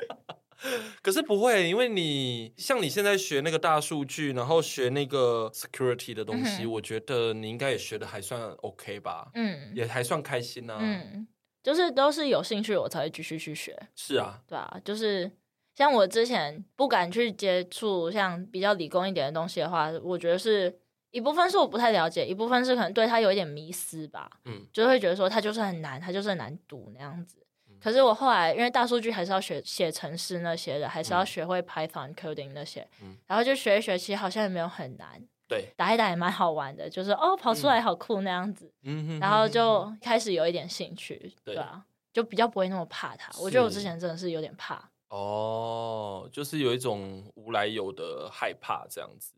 可是不会，因为你像你现在学那个大数据，然后学那个 security 的东西，
嗯
我觉得你应该也学的还算 OK 吧，
嗯
也还算开心啊。
嗯，就是都是有兴趣我才会继续去学。
是啊，
对啊，就是像我之前不敢去接触像比较理工一点的东西的话，我觉得是一部分是我不太了解，一部分是可能对它有一点迷思吧，
嗯，
就会觉得说它就是很难，它就是很难读那样子。
嗯
可是我后来，因为大数据还是要学写程式那些的，还是要
嗯
学会 Python coding 那些，
嗯
然后就学一学，其实好像也没有很难，
对，
打一打也蛮好玩的，就是哦跑出来好酷那样子。
嗯哼
然后就开始有一点兴趣，
对
对啊，就比较不会那么怕它。我觉得我之
是
前真的是有点怕，
哦，就是有一种无来由的害怕这样子。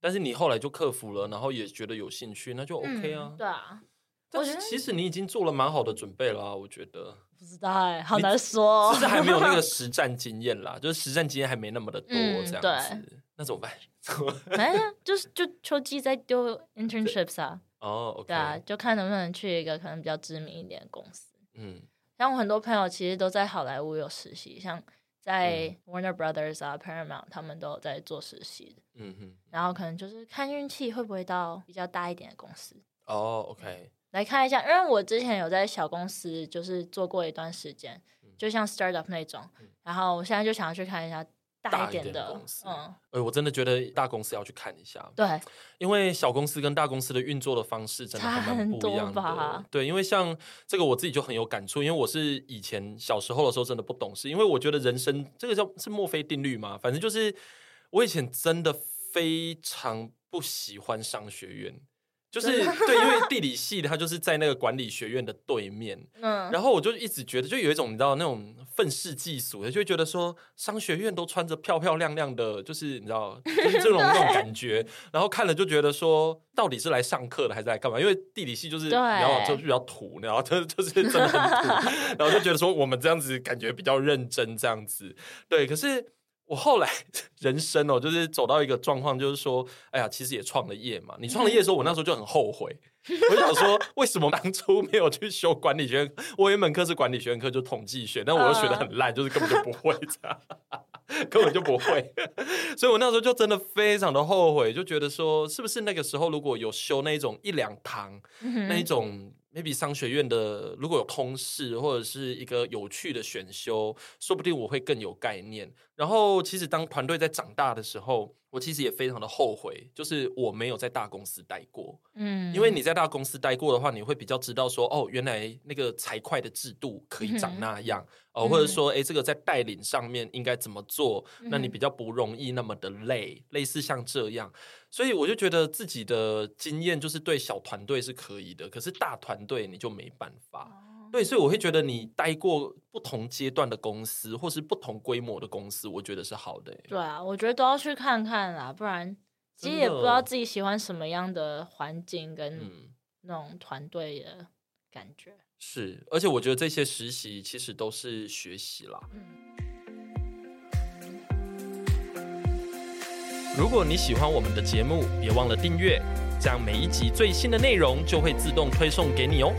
但是你后来就克服了，然后也觉得有兴趣，那就 OK 啊。
嗯对啊，
但
我觉
是
得
其实你已经做了蛮好的准备了、啊，我觉得，
不知道哎、好难说、
只是还没有那个实战经验啦，就是实战经验还没那么的多
嗯
这样子。
对
那怎么办？
反正就是就秋季在丢 internships 啊，
哦，OK，
对啊，就看能不能去一个可能比较知名一点的公司。
嗯
像我很多朋友其实都在好莱坞有实习，像在 Warner Brothers 啊、Paramount 他们都有在做实习，
嗯嗯，
然后可能就是看运气会不会到比较大一点的公司
哦，OK，
来看一下，因为我之前有在小公司就是做过一段时间，
嗯
就像 startup 那种，然后我现在就想要去看一下大
大
一
一
点
点的
的
公，司
嗯，
哎、我真的觉得大公司要去看一下，
对，
因为小公司跟大公司的运作的方式真的还蛮不一
差
样
很多吧
的。对，因为像这个我自己就很有感触，因为我是以前小时候的时候真的不懂事，因为我觉得人生这个叫是墨菲定律嘛，反正就是我以前真的非常不喜欢商学院。
*laughs*
就是
真
对，因为地理系它就是在那个管理学院的对面，
嗯，
然后我就一直觉得，就有一种你知道那种愤世嫉俗的，就会觉得说商学院都穿着漂漂亮亮的，就是你知道，就是这
*laughs*
种那种感觉。然后看了就觉得说，到底是来上课的还是来干嘛？因为地理系就是
对
然后就比较土，然后就就是真的很
*laughs*
土，然后就觉得说我们这样子感觉比较认真这样子。对，可是我后来 *laughs* 人生哦，就是走到一个状况，就是说，哎呀，其实也创了业嘛。你创了业的时候，我那时候就很后悔，我想说，为什么当初没有去修管理学院？我有一门课是管理学院课，就统计学，但我又学的很烂，就是根本就不会这样。根本就不会，所以我那时候就真的非常的后悔，就觉得说，是不是那个时候如果有修那一种一两堂，
嗯哼
那一种 maybe 商学院的，如果有通识或者是一个有趣的选修，说不定我会更有概念。然后，其实当团队在长大的时候，我其实也非常的后悔，就是我没有在大公司待过。
嗯，
因为你在大公司待过的话，你会比较知道说，哦，原来那个财会的制度可以
嗯
长
哼
那样，哦，
嗯
或者说，哎，这个在带领上面应该怎么做，那你
嗯哼
比较不容易那么的累，类似像这样。所以我就觉得自己的经验就是对小团队是可以的，可是大团队你就没办法。
哦
对，所以我会觉得你待过不同阶段的公司，或是不同规模的公司，我觉得是好的、欸。
对啊，我觉得都要去看看啦，不然其实
真
也
的
不知道自己喜欢什么样的环境跟
嗯。
那种团队的感觉。
是，而且我觉得这些实习其实都是学习啦。
嗯
如果你喜欢我们的节目，别忘了订阅，这样每一集最新的内容就会自动推送给你哦。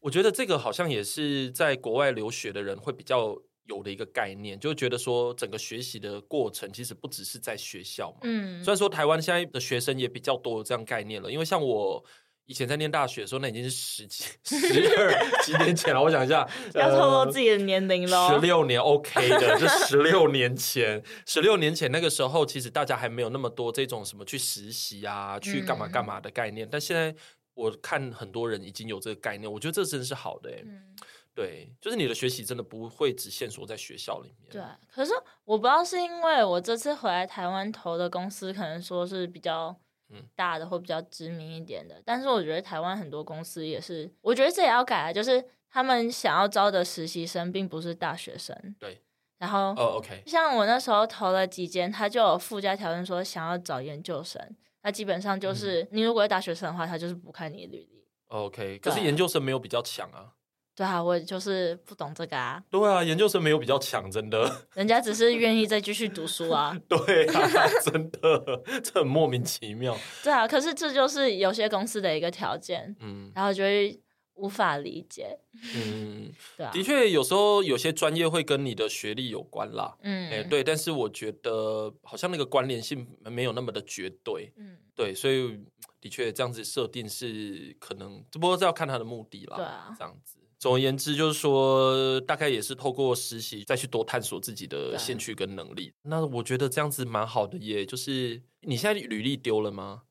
我觉得这个好像也是在国外留学的人会比较有的一个概念，就觉得说整个学习的过程其实不只是在学校嘛，
嗯
虽然说台湾现在的学生也比较多有这样概念了，因为像我以前在念大学的时候，那已经是十几、十二几年前了。我想一下，
*laughs* 要透露
呃
自己的年龄
十
喽。
六年 OK
*laughs*
的，就十六年前，十六年前那个时候，其实大家还没有那么多这种什么去实习啊、去干嘛
嗯
干嘛的概念。但现在我看很多人已经有这个概念，我觉得这真是好的、欸。
嗯，
对，就是你的学习真的不会只限缩在学校里面。
对，。啊可是我不知道是因为我这次回来台湾投的公司，可能说是比较
嗯
大的或比较知名一点的，但是我觉得台湾很多公司也是，我觉得这也要改啊，就是他们想要招的实习生并不是大学生。
对，
然后
哦，OK、
像我那时候投了几间，他就有附加条件说想要找研究生，那基本上
嗯
就是、你如果是大学生的话，他就是不看你履历。
o k o k 可是
对啊
研究生没有比较强啊。
对啊，我就是不懂这个啊，
对啊，研究生没有比较强，真的。 *laughs*
人家只是愿意再继续读书啊。
对啊， *laughs* 真的，这很莫名其妙。
对啊，可是这就是有些公司的一个条件，
嗯
然后就会无法理解，
嗯，
对啊，
的确，有时候有些专业会跟你的学历有关啦。
嗯，
哎、，对，但是我觉得好像那个关联性没有那么的绝对，
嗯，
对，所以的确这样子设定是可能，只不过这要看他的目的啦。
对啊
这样子。总而言之，就是说，大概也是透过实习再去多探索自己的
对啊
兴趣跟能力。那我觉得这样子蛮好的耶。就是你现在履历丢了吗？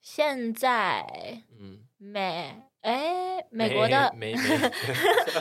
现在
嗯，
美，哎，美国的
没没 *laughs* 没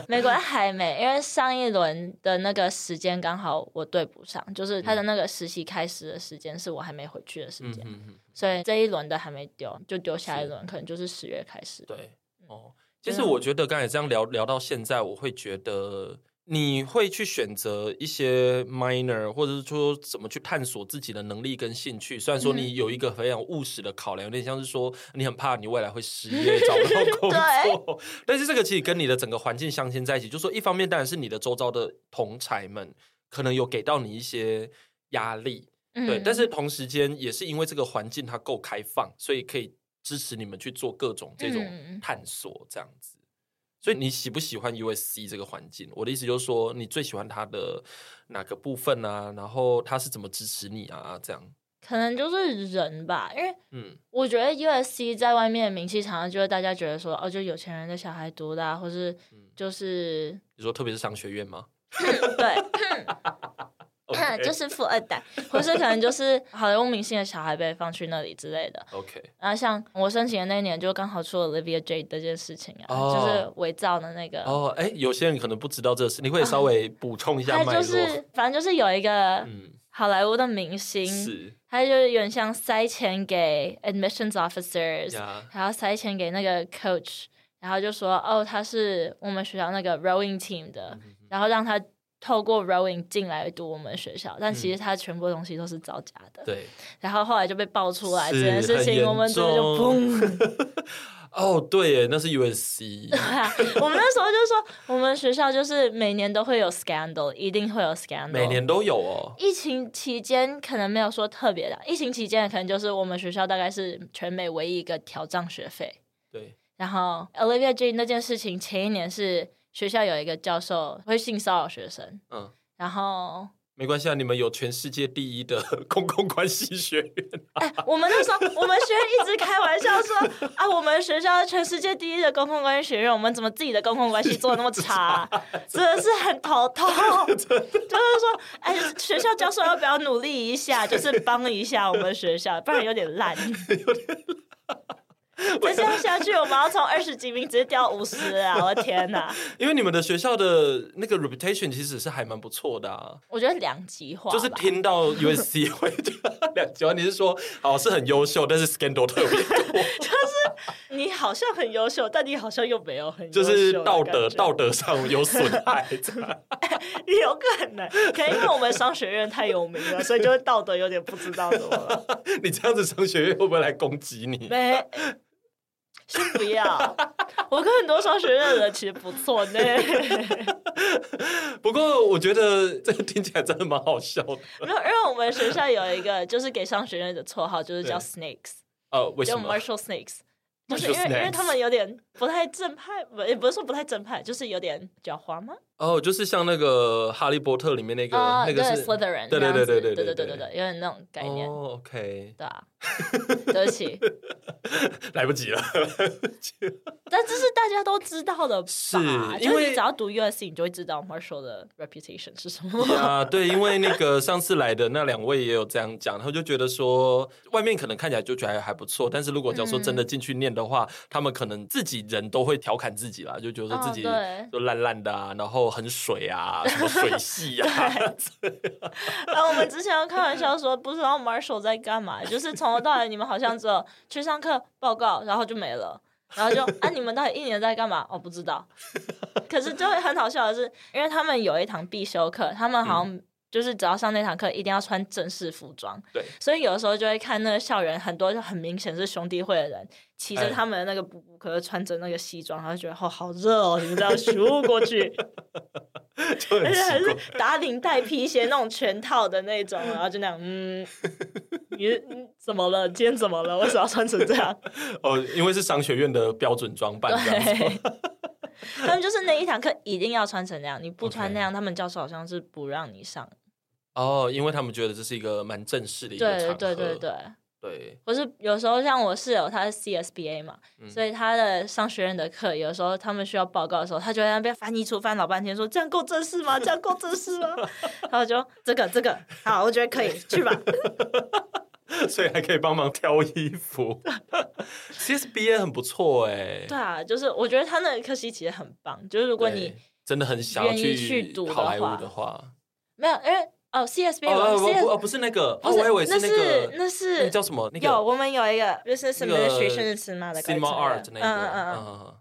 美国还没，因为上一轮的那个时间刚好我对不上，就是他的那个实习开始的时间是我还没回去的时
嗯
间，
嗯嗯，
所以这一轮的还没丢，就丢下一
是
轮，可能就是十月开始。
对哦。其实我觉得刚才这样聊聊到现在，我会觉得你会去选择一些 minor，或者是说怎么去探索自己的能力跟兴趣。虽然
嗯
说你有一个非常务实的考量，有点像是说你很怕你未来会失业找不
*laughs*
到工作，但是这个其实跟你的整个环境相牵在一起。就说一方面当然是你的周遭的同才们可能有给到你一些压力，对，
嗯
但是同时间也是因为这个环境它够开放，所以可以支持你们去做各种这种
嗯
探索这样子。所以你喜不喜欢 USC 这个环境？我的意思就是说，你最喜欢它的哪个部分啊？然后它是怎么支持你啊？这样，
可能就是人吧，因为
嗯
我觉得 USC 在外面的名气常常就会大家觉得说，哦，就有钱人的小孩读的、啊，或是
嗯， *laughs*
就是
你说特别是商学院吗？
对，
OK
啊 *laughs* 就是富二代，或是可能就是好莱坞明星的小孩被放去那里之类的。
OK，
然后像我申请的那一年，就刚好出了 Olivia Jade 这件事情啊，
哦
就是伪造的那个。
哦，哎，有些人可能不知道这事，你可以稍微补充一下
他
脉络。
啊就是，反正就是有一个
嗯，
好莱坞的明星，
是
他就是有点像塞钱给 admissions officers，
呀，
然后塞钱给那个 coach，然后就说哦，他是我们学校那个 rowing team
嗯
的，然后让他透过 rowing 进来读我们学校，但其实他全部东西都是造假的。
嗯对，
然后后来就被爆出来这
是
件事
很
情，
严
我们真的就
重
砰！ *laughs*
*laughs* 哦，对耶，那是
*laughs*
USC。
对啊我们那时候就说，我们学校就是每年都会有 scandal，一定会有 scandal。
每年都有哦。
疫情期间可能没有说特别的，疫情期间可能就是我们学校大概是全美唯一一个调涨学费。
对，
然后 Olivia Jane 那件事情，前一年是学校有一个教授会性骚扰学生，
嗯，
然后
没关系啊，你们有全世界第一的公共关系学院。
哎，我们那时候，我们学院一直开玩笑说啊，我们学校全世界第一的公共关系学院，我们怎么自己的公共关系做的那么差、真的是很头痛。 *laughs* 就是说，哎，学校教授要不要努力一下，就是帮一下我们学校，不然有点烂。再这样下去，我们要从二十几名直接掉五十啊！我的天哪，
因为你们的学校的那个 reputation 其实是还蛮不错的啊，
我觉得两极化吧，
就是听到
*laughs*
USC 会觉得两极化，你是说好哦是很优秀，但是 scandal 特别
*laughs*
多，
你好像很优秀，但你好像又没有很优秀
就
的
是道
感
德
觉
道德上有损害。 *laughs*
有可能，可能因为我们商学院太有名了，所以就会道德有点不知道怎么了。
你这样子商学院会不会来攻击你？
没，先不要。我跟很多商学院的人其实不错
*laughs*
呢，
不过我觉得这个听起来真的蛮好笑的。
没有，因为我们学校有一个就是给商学院的绰号，就是叫
对
Snakes，
呃，为
叫
什么？
Marshall Snakes。就是因为
Marshall
因
Snakes
为他们有点不太正派，不也不是说不太正派，就是有点狡猾吗？
哦，就是像那个《哈利波特》里面那个
啊，
那
对
个是
，Slytherin，
对
那
对
样
对
子
对
对
对
对对对，有点那种概念，
哦，OK，
对啊， *laughs* 对不起，
*laughs* 来不 *laughs* 及了。
但这是大家都知道的吧？
是因
因
为
为你只要读 USC，你就会知道 Marshall 的 reputation 是什
*laughs*
么。
啊，对，因为那个上次来的那两位也有这样讲，他们就觉得说，外面可能看起来就觉得还还不错，但是如果假如说真
嗯
的进去念的话，他们可能自己人都会调侃自己啦，就觉得说自己
哦对
就烂烂的啊，然后很水啊，什么水系啊，
*laughs* 然后我们之前有开玩笑说，不知道 Marshall 在干嘛，就是从头到尾你们好像只有去上课报告，然后就没了。然后就啊，你们到底一年在干嘛？我、不
*laughs*
知道。可是就会很好笑的是，因为他们有一堂必修课，他们好像就是只要上那堂课，一定要穿正式服装。
对
所以有的时候就会看那个校园很多就很明显是兄弟会的人，骑着
哎
他们的那个布布，可是穿着那个西装，然后就觉得哦好热哦，你们这样咻过去，
就
而
很
且还
奇
是 *laughs*
怪。
打领带、皮鞋那种全套的那种，然后就那样，嗯，你嗯怎么了？今天怎么了？为什么要穿成这
*laughs*
样？
哦，因为是商学院的标准装扮这样子。
对，他们就是那一堂课一定要穿成那样，你不穿
OK
那样他们教授好像是不让你上。
哦，因为他们觉得这是一个蛮正式的一个
对
场合。
对对对，
对 *laughs*
或是有时候像我室友他是 CSBA 嘛，
嗯
所以他的上学院的课，有时候他们需要报告的时候，他就在那边翻译出翻老半天，说这样够正式吗？这样够正式吗？ *laughs* 然后我就这个这个好，我觉得可以去吧。
所以还可以帮忙挑衣服。 *laughs* 其实 BA 很不错哎、
对啊，就是我觉得他那个科系其实很棒，就是如果你
对真的很想要
愿意去读的
好莱坞的
话
话，
没有，因为哦，CSB
哦
我
哦
们
不
CS
不哦不是那个，
不
哦我以为
那
那
是
个
那
那个
是
叫什么那
有
个
我们有一个 business
那个
administration 是 cinema 的课程啊嗯
cinema art 那个，
嗯嗯嗯，
嗯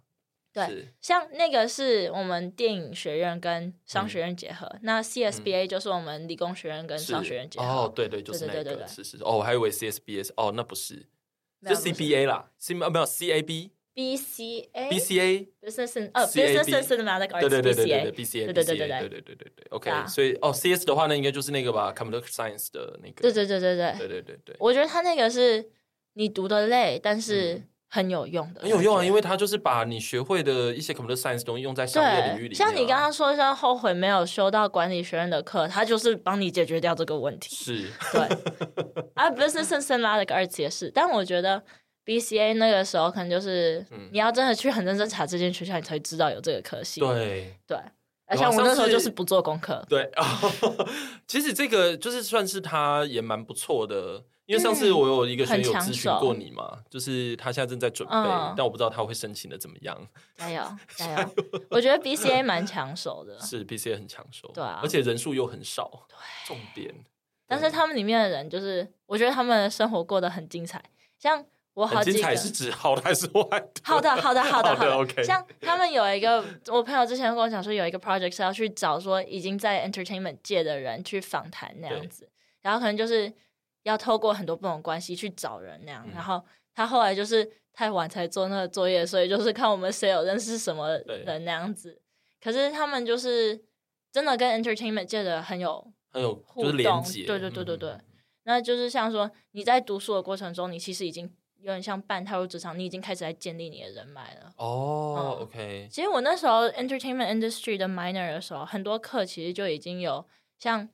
对
是
像那个是我们电影学院跟商学院结合，那 CSBA 就是我们理工学院跟
嗯是
商学院结合。
哦，对对，就是
对
那
对
个，
对对对
是是哦，我还以为 CSBS，哦，那不是，
那
就
不是
CBA 啦，C 啊没有 CAB、
BCA
BCA，
Business and 呃
CAB
Business and Cinematic Arts
对对对对对对
BCA
BCA，BCA 对
对对对对
对
对
对对对
对啊
，OK，所以哦 CS 的话，那应该就是那个吧，Computer Science 的那个，
对对对
对
对对，
对对对，
我觉得他那个是你读的累，但是
嗯
很有用的，
很有用啊，因
为。
为它就是把你学会的一些 Computer Science 东西用在商业领域里
对，
面啊，
像你刚刚说像后悔没有修到管理学院的课，他就是帮你解决掉这个
*laughs*
问题。 *laughs*
是
对，啊，business and cinematic arts 也是，但我觉得 BCA 那个时候可能就是、
嗯
你要真的去很认真查这间学校，你才会知道有这个科系。
对。
对，而且我那时候就是不做功课。
对， *laughs* 其实这个就是算是他也蛮不错的，因为上次
嗯
我有一个学员有
很抢
咨询
手
过你嘛，就是他现在正在准备，
嗯
但我不知道他会申请的怎么样。
加
*laughs*
油，加油！我觉得 BCA 蛮抢手的，
是 B C 很抢手，
嗯对啊
而且人数又很少，重点。
但是他们里面的人就是，我觉得他们的生活过得很精彩。像我好
很
几
精
个
彩是指好的还是坏的？
好的，好的，好的，
好的，OK
像他们有一个，我朋友之前跟我讲说，有一个 project 是要去找说已经在 entertainment 界的人去访谈那样子，然后可能就是要透过很多不同关系去找人那样。
嗯
然后他后来就是太晚才做那个作业，所以就是看我们谁有认识什么
对
人那样子。可是他们就是真的跟 entertainment 界的很有
很有
互
就是
动，
连接，
对对对对对。
嗯
那就是像说你在读书的过程中，你其实已经有点像半踏入职场，你已经开始在建立你的人脉了。
哦
嗯
，OK，
其实我那时候 entertainment industry 的 minor 的时候，很多课其实就已经有像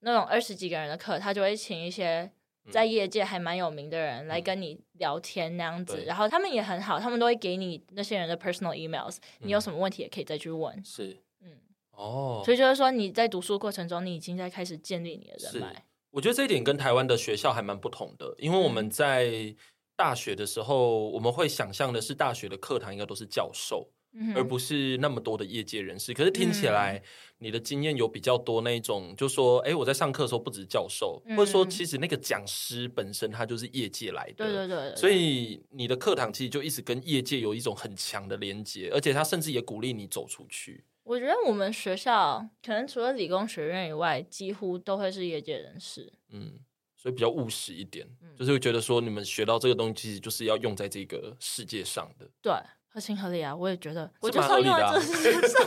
那种二十几个人的课，他就会请一些
嗯
在业界还蛮有名的人来跟你聊天那样子，
对
然后他们也很好，他们都会给你那些人的 personal emails，你有
嗯
什么问题也可以再去问。
是
嗯，
哦
所。以就是说你在读书过程中，你已经在开始建立你的人
是
脉。
我觉得这一点跟台湾的学校还蛮不同的，因为我
嗯
们在大学的时候，我们会想象的是大学的课堂应该都是教授，
嗯
而
哼，
不是那么多的业界人士。可是听起来，你的经验有比较多那一种，就说，哎，我在上课的时候不止教授，
嗯
或者说其实那个讲师本身他就是业界来的，
对对对对，对
所以你的课堂其实就一直跟业界有一种很强的连接，而且他甚至也鼓励你走出去。
我觉得我们学校可能除了理工学院以外，几乎都会是业界人士。
嗯，所以比较务实一点，
嗯
就是会觉得说你们学到这个东西，其实就是要用在这个世界上的，
对，合情合理啊，我也觉得，我
是
就
蛮
是要
合理
用
的 *laughs* 啊
在这世界上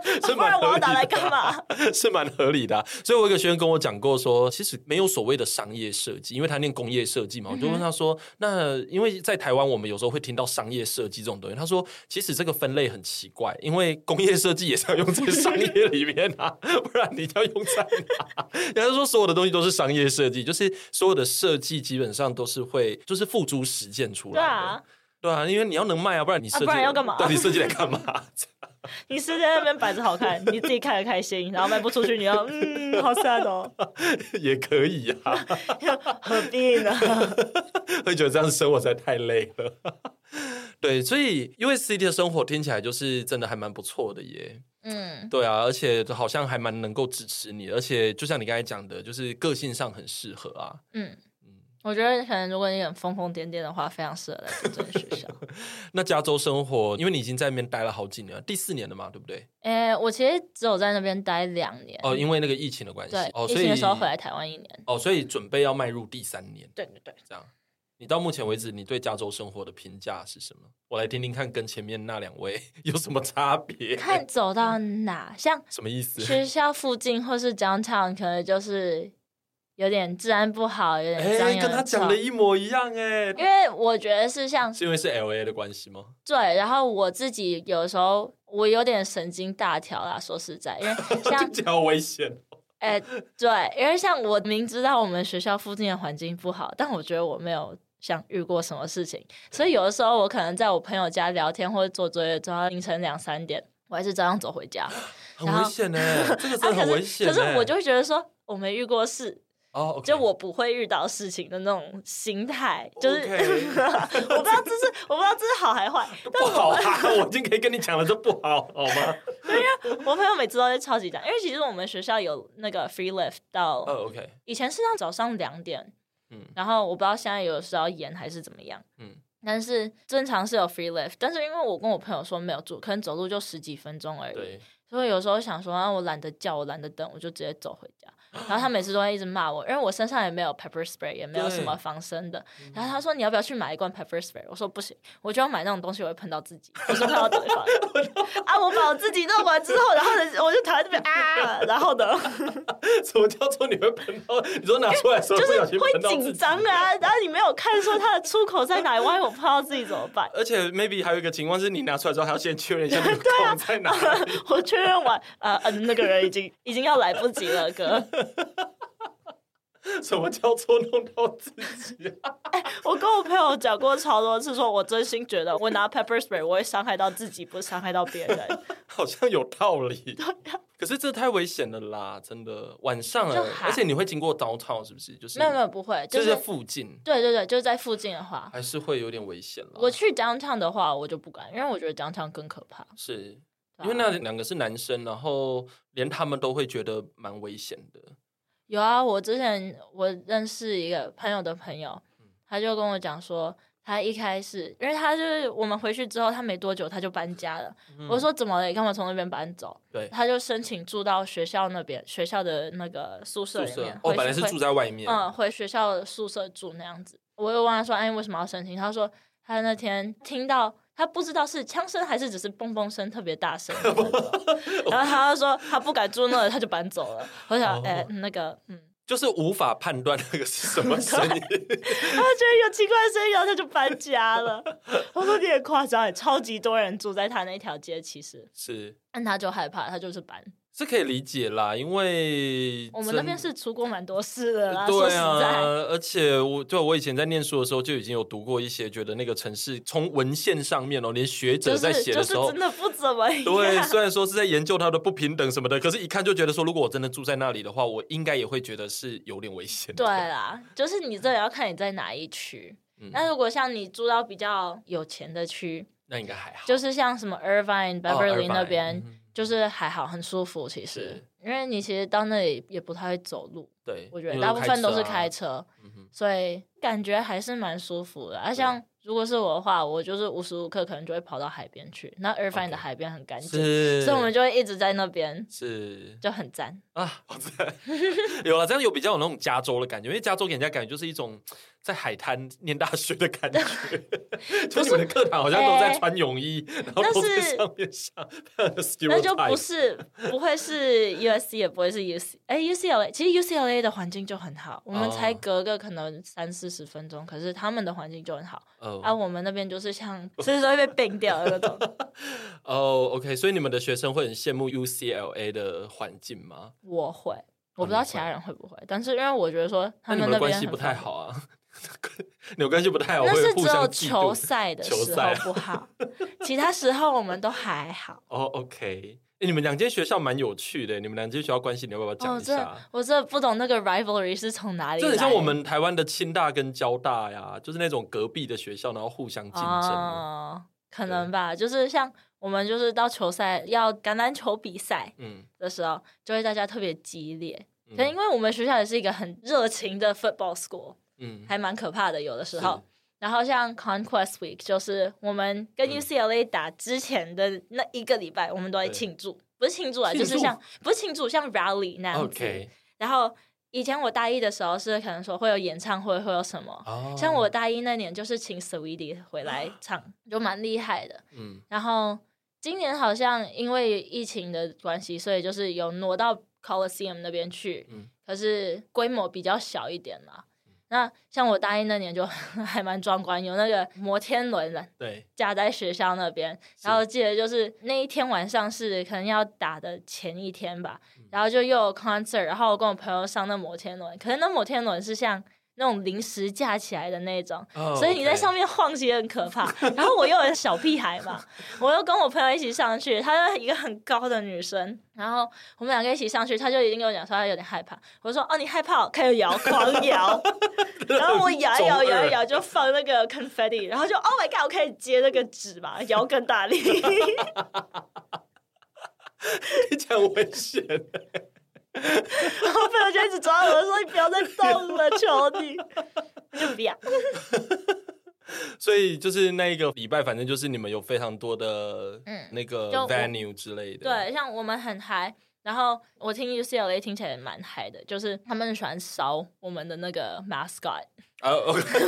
*laughs* 是
不
蛮
然我
合
要
理
拿来
的
干嘛？
*laughs* 是蛮合理的啊、所以我有一个学员跟我讲过说，其实没有所谓的商业设计，因为他念工业设计嘛，我就问他
嗯
说，那因为在台湾我们有时候会听到商业设计这种东西，他说其实这个分类很奇怪，因为工业设计也是要用在商业里面啊，不然你要用在哪？ *laughs* 人家说所有的东西都是商业设计，就是所有的设计基本上都是会就是付诸实践出来
对
的。
啊，
对啊，因为你要能卖啊，不然你设计、
不然要干嘛
到底设计来干嘛？ *laughs*
你是在那边摆着好看，你自己看着开心，然后卖不出去，你要嗯，好 sad 哦，
也可以啊。
何必呢？
*laughs* 会觉得这样生活实在太累了。 *laughs* 对，所以 U S C D 的生活听起来就是真的还蛮不错的耶。
嗯，
对啊，而且好像还蛮能够支持你，而且就像你刚才讲的，就是个性上很适合啊。
嗯我觉得可能如果你很疯疯癫癫的话，非常适合来读这个学
*laughs*
校。
那加州生活，因为你已经在那边待了好几年了，第四年了嘛，对不对？
诶，我其实只有在那边待两年，
哦，因为那个疫情的关系
嗯对，，
哦，
疫
所
情
以
的时候回来台湾一年。
哦，所以准备要迈入第三年，
对对对，
这样。你到目前为止，你对加州生活的评价是什么？我来听听看，跟前面那两位 *laughs* 有什么差别？
看走到哪，像
什么意思？
学校附近或是 downtown，可能就是有点治安不好，有点
哎、
脏，有
跟他
点
讲
臭
的。一模一样哎、
因为我觉得是像
是因为是 L A 的关系吗？
对，然后我自己有时候我有点神经大条啦，说实在，因为
*laughs*
像
听起来好危险。
哎、对，因为像我明知道我们学校附近的环境不好，但我觉得我没有像遇过什么事情，所以有的时候我可能在我朋友家聊天或者做作业，做到凌晨两三点，我还是照样走回家。
很
然后
危险呢、 *laughs* 哎这个真
*laughs*
的
啊，可
很
是
危险、欸
可是我就会觉得说，我没遇过事，
哦，OK，
就我不会遇到事情的那种心态，就是
OK
*laughs* 我不知道这是我不知道这是好还坏，
不好啊， *laughs* 我已经可以跟你讲了，这不好好吗？
我朋友每次都会超级讲，因为其实我们学校有那个 free lift 到、
哦，OK， *laughs*
以前是到早上两点，
嗯
然后我不知道现在有时候要延还是怎么样，
嗯，
但是正常是有 free lift，但是因为我跟我朋友说没有住，可能走路就十几分钟而已，
对，
所以有时候想说啊，我懒得叫，我懒得等，我就直接走回家。然后他每次都会一直骂我，因为我身上也没有 pepper spray，也没有什么防身的。然后他说你要不要去买一罐 pepper spray？我说不行，我就要买那种东西，我会喷到自己，不是喷到对方。啊，我把我自己弄完之后，然后呢我就躺在这边啊，然后呢，
什么叫做你会喷到？你说拿出来的时候
就
*laughs* 不
是
小心
会
喷到
紧
自己，
张啊。然后你没有看说它的出口在哪里，万一我碰到自己怎么办？
而且 maybe 还有一个情况是你拿出来之后还要先确认一下你的孔在
*laughs*
哪里。
我确认完，呃呃，那个人已经已经要来不及了，哥。啊
什么叫做弄到自己啊？ *laughs*
*laughs* 我跟我朋友讲过超多次，说我真心觉得我拿 pepper spray 我会伤害到自己，不伤害到别人。
好像有道
*laughs*
理。可是这太危险了啦，真的。晚上
啊就
了，
还
而且你会经过 downtown 是不是？就是
*laughs* 没有没有，不会，就
就是是附近，
对对对，就是在附近的话，
还是会有点危险了。
我去 downtown 的话，我就不敢，因为我觉得 downtown 更可怕。
是
对啊
因为那两个是男生，然后连他们都会觉得蛮危险的。
有啊，我之前我认识一个朋友的朋友，
嗯
他就跟我讲说，他一开始，因为他就是我们回去之后，他没多久他就搬家了。
嗯
我说怎么了？你干嘛从那边搬走？
对
他就申请住到学校那边，学校的那个宿舍
宿
里面
舍。哦，
回去
本来是
回
住在外面，
嗯，回学校的宿舍住那样子。我又问他说：“哎，为什么要申请？”他说：“他那天听到，他不知道是枪声还是只是嘣嘣声特别大声的
*laughs*
那种，然后他就说他不敢住那，他就搬走了。”我想
哦，
哎、那个，嗯，
就是无法判断那个是什么声音。
*laughs* 他觉得有奇怪的声音，然后他就搬家了。 *laughs* 我说你也夸张，哎，超级多人住在他那条街，其实，
是
但他就害怕，他就是搬。
是可以理解啦，因为
我们那
真
边是出过蛮多事的啦，说
对
实
啊
在，，
而且我对我以前在念书的时候就已经有读过一些，觉得那个城市从文献上面哦，连学者
就
在
是
写
就
的
是
时候
真，的不怎么样。
对，虽然说是在研究它的不平等什么的，可是一看就觉得说，如果我真的住在那里的话，我应该也会觉得是有点危险的。
对啦，就是你这也要看你在哪一区。
嗯
那如果像你住到比较有钱的区，
那应该还好。
就是像什么 Irvine、
哦
Beverly 那
Irvine，
边，
嗯
就是还好，很舒服。其实
是，
因为你其实到那里也不太会走路，
对，
我觉得
因为
大部分都是
车啊
开。车，
嗯哼
所以感觉还是蛮舒服的。啊，像如果是我的话，我就是无时无刻可能就会跑到海边去。那 Irvine 的
OK
海边很干净，
是，
所以我们就会一直在那边，
是
就很赞。
啊， *laughs* 好赞，有了，这样有比较有那种加州的感觉，因为加州给人家感觉就是一种在海滩念大学的感
*laughs*
觉，就你们的课堂好像都在穿泳衣，然后都在
但是
上面上，非常的
那就
stereotype
不是，不
*laughs*
会是 USC，也不会是 UC，哎，UCLA，其实 UCLA 的环境就很好，我们
哦
才隔个可能三四十分钟，可是他们的环境就很好，
哦
啊，我们那边就是像 *laughs* 随时都会被并掉的那
*laughs*
种。
哦，OK，所以你们的学生会很羡慕 UCLA 的环境吗？
我会，我不知道其他人会不会，但是因为我觉得说他
哦那你们
那
的
边
关系
很
不太
方
好啊， *laughs* 你们关系不太好，
便，那
会
是
互
只有
相嫉
球
妒。
赛的
球
时
赛
候不好，其他时候我们都还好。
哦，OK，诶你们两间学校蛮有趣的，你们两间学校关系你要不要讲
哦，
一
这
下？
我真的不懂那个 rivalry 是从哪里来
这很
的，
像我们台湾的清大跟交大呀，就是那种隔壁的学校，然后互相竞争。
哦，可能吧，就是像我们就是到球赛要橄榄球比赛
嗯，
的时候，就会大家特别激烈。
嗯
可能因为我们学校也是一个很热情的 football school，
嗯，
还蛮可怕的，有的时
是
候。然后像 Conquest Week，就是我们跟
嗯
UCLA 打之前的那一个礼拜，我们都在
对
庆祝，不是庆祝啊，
庆
就
祝
是像不是庆祝，像 rally 那样子。
OK
然后以前我大一的时候是可能说会有演唱会，会有什么，
哦，
像我大一那年就是请 Sweetie
*gasps*
回来唱，就蛮厉害的。
嗯
然后今年好像因为疫情的关系，所以就是有挪到 Coliseum 那边去，
嗯
可是规模比较小一点啦。那像我大一那年就 *laughs* 还蛮壮观，有那个摩天轮了，
对
架在学校那边，然后记得就是那一天晚上是可能要打的前一天吧，
嗯
然后就又有 concert，然后我跟我朋友上那摩天轮，可是那摩天轮是像那种临时架起来的那种。
哦
所以你在
OK
上面晃其实很可怕，然后我又有小屁孩嘛，我又跟我朋友一起上去，她是一个很高的女生，然后我们两个一起上去，她就已经跟我讲说她有点害怕，我说哦你害怕哦，开始摇
*laughs*
狂摇，然后我摇一摇摇一摇就放那个 confetti，然后就 Oh my God，我开始接那个纸嘛，摇更大力。 *laughs*
你 *laughs* 讲危险，
然后朋友就一直 *laughs* 抓我说：“你不要再动了，求你！”我就不要。
所以就是那一个礼拜，反正就是你们有非常多的
嗯
那个
就我
venue 之类的。
对，像我们很嗨，然后我听 UCLA 听起来也蛮嗨的，就是他们很喜欢烧我们的那个 mascot，
啊，OK，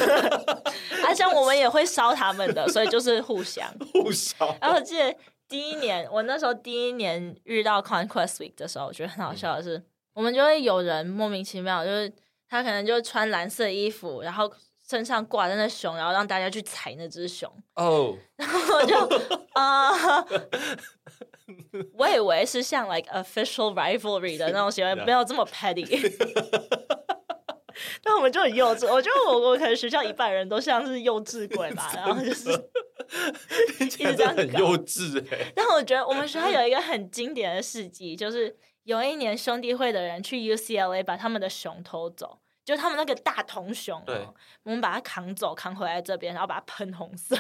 啊，像我们也会烧他们的，所以就是互相。
互相
然后我记得第一年，我那时候第一年遇到 Conquest Week 的时候，我觉得很好笑的是，我们就会有人莫名其妙，就是他可能就穿蓝色衣服，然后身上挂着那熊，然后让大家去踩那只熊，
哦，
我就啊。我以为是像 like official rivalry 的那种行为，
Yeah.
没有这么 petty。但我们就很幼稚，我觉得我我可能学校一半人都像是幼稚鬼吧， *laughs* 然后就是
听起来
一直这样
真的很
搞
幼稚哎。
但我觉得我们学校有一个很经典的事迹，就是有一年兄弟会的人去 UCLA 把他们的熊偷走，就他们那个大铜熊、哦，
对
我们把它扛走，扛回来这边，然后把它喷红色，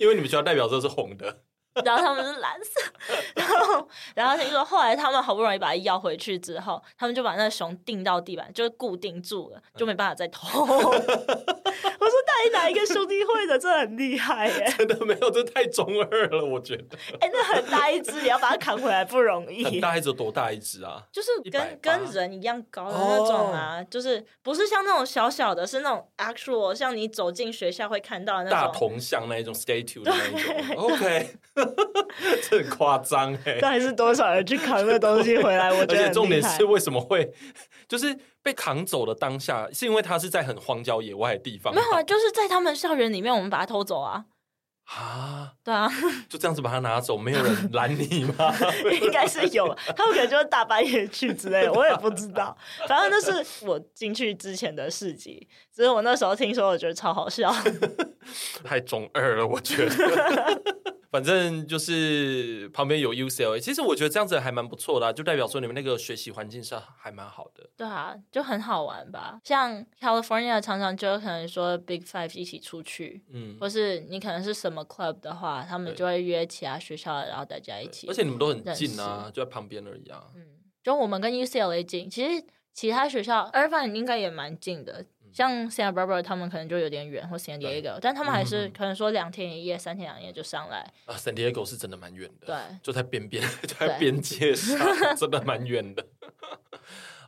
因为你们学校代表色是红的，
然后他们是蓝色， *laughs* 然后然后听说后来他们好不容易把它要回去之后，他们就把那个熊钉到地板，就是固定住了，就没办法再偷。我 *laughs* 说嗯到底哪一个兄弟会的，这很厉害耶！
真的没有，这太中二了，我觉
*laughs*
得。
哎、那很大一只，也要把它扛回来不容易。
很大一只有多大一只啊？
就是
180
跟跟人一样高的那种啊就是不是像那种小小的，是那种 actual，像你走进学校会看到的
大
那种，
铜像那一种 statue 的那一种，OK，这很夸张哎。
到底是多少人去扛那东西回来？我
而且重点是
很厉害
为什么会， *laughs* 就是被扛走的当下，是因为他是在很荒郊野外的地方吧，
没有啊，就是在他们校园里面，我们把它偷走啊，
啊，
对啊， *laughs*
就这样子把他拿走，没有人拦你吗？ *laughs*
应该是有，他们可能就是大半夜去之类的，我也不知道，反正那是我进去之前的事迹，只是我那时候听说，我觉得超好笑， *laughs*
太中二了，我觉得。反正就是旁边有 UCLA，其实我觉得这样子还蛮不错的啊、就代表说你们那个学习环境是还蛮好的。
对啊，就很好玩吧，像 California 常常就可能说 Big Five 一起出去。
嗯，
或是你可能是什么 club 的话，他们
对
就会约其他学校的，然后大家一起。
而且你们都很近啊，就在旁边而已啊。
嗯，就我们跟 UCLA 近，其实其他学校 Irvine 应该也蛮近的，像 Santa Barbara 他们可能就有点远，或 San
嗯对
Diego，但他们还是
嗯
可能说两天一夜、三天两夜就上来。
啊，San Diego 是真的蛮远的，
对，
就在边 *laughs*
*laughs*
边，就在边界上， *laughs* 真的蛮远的。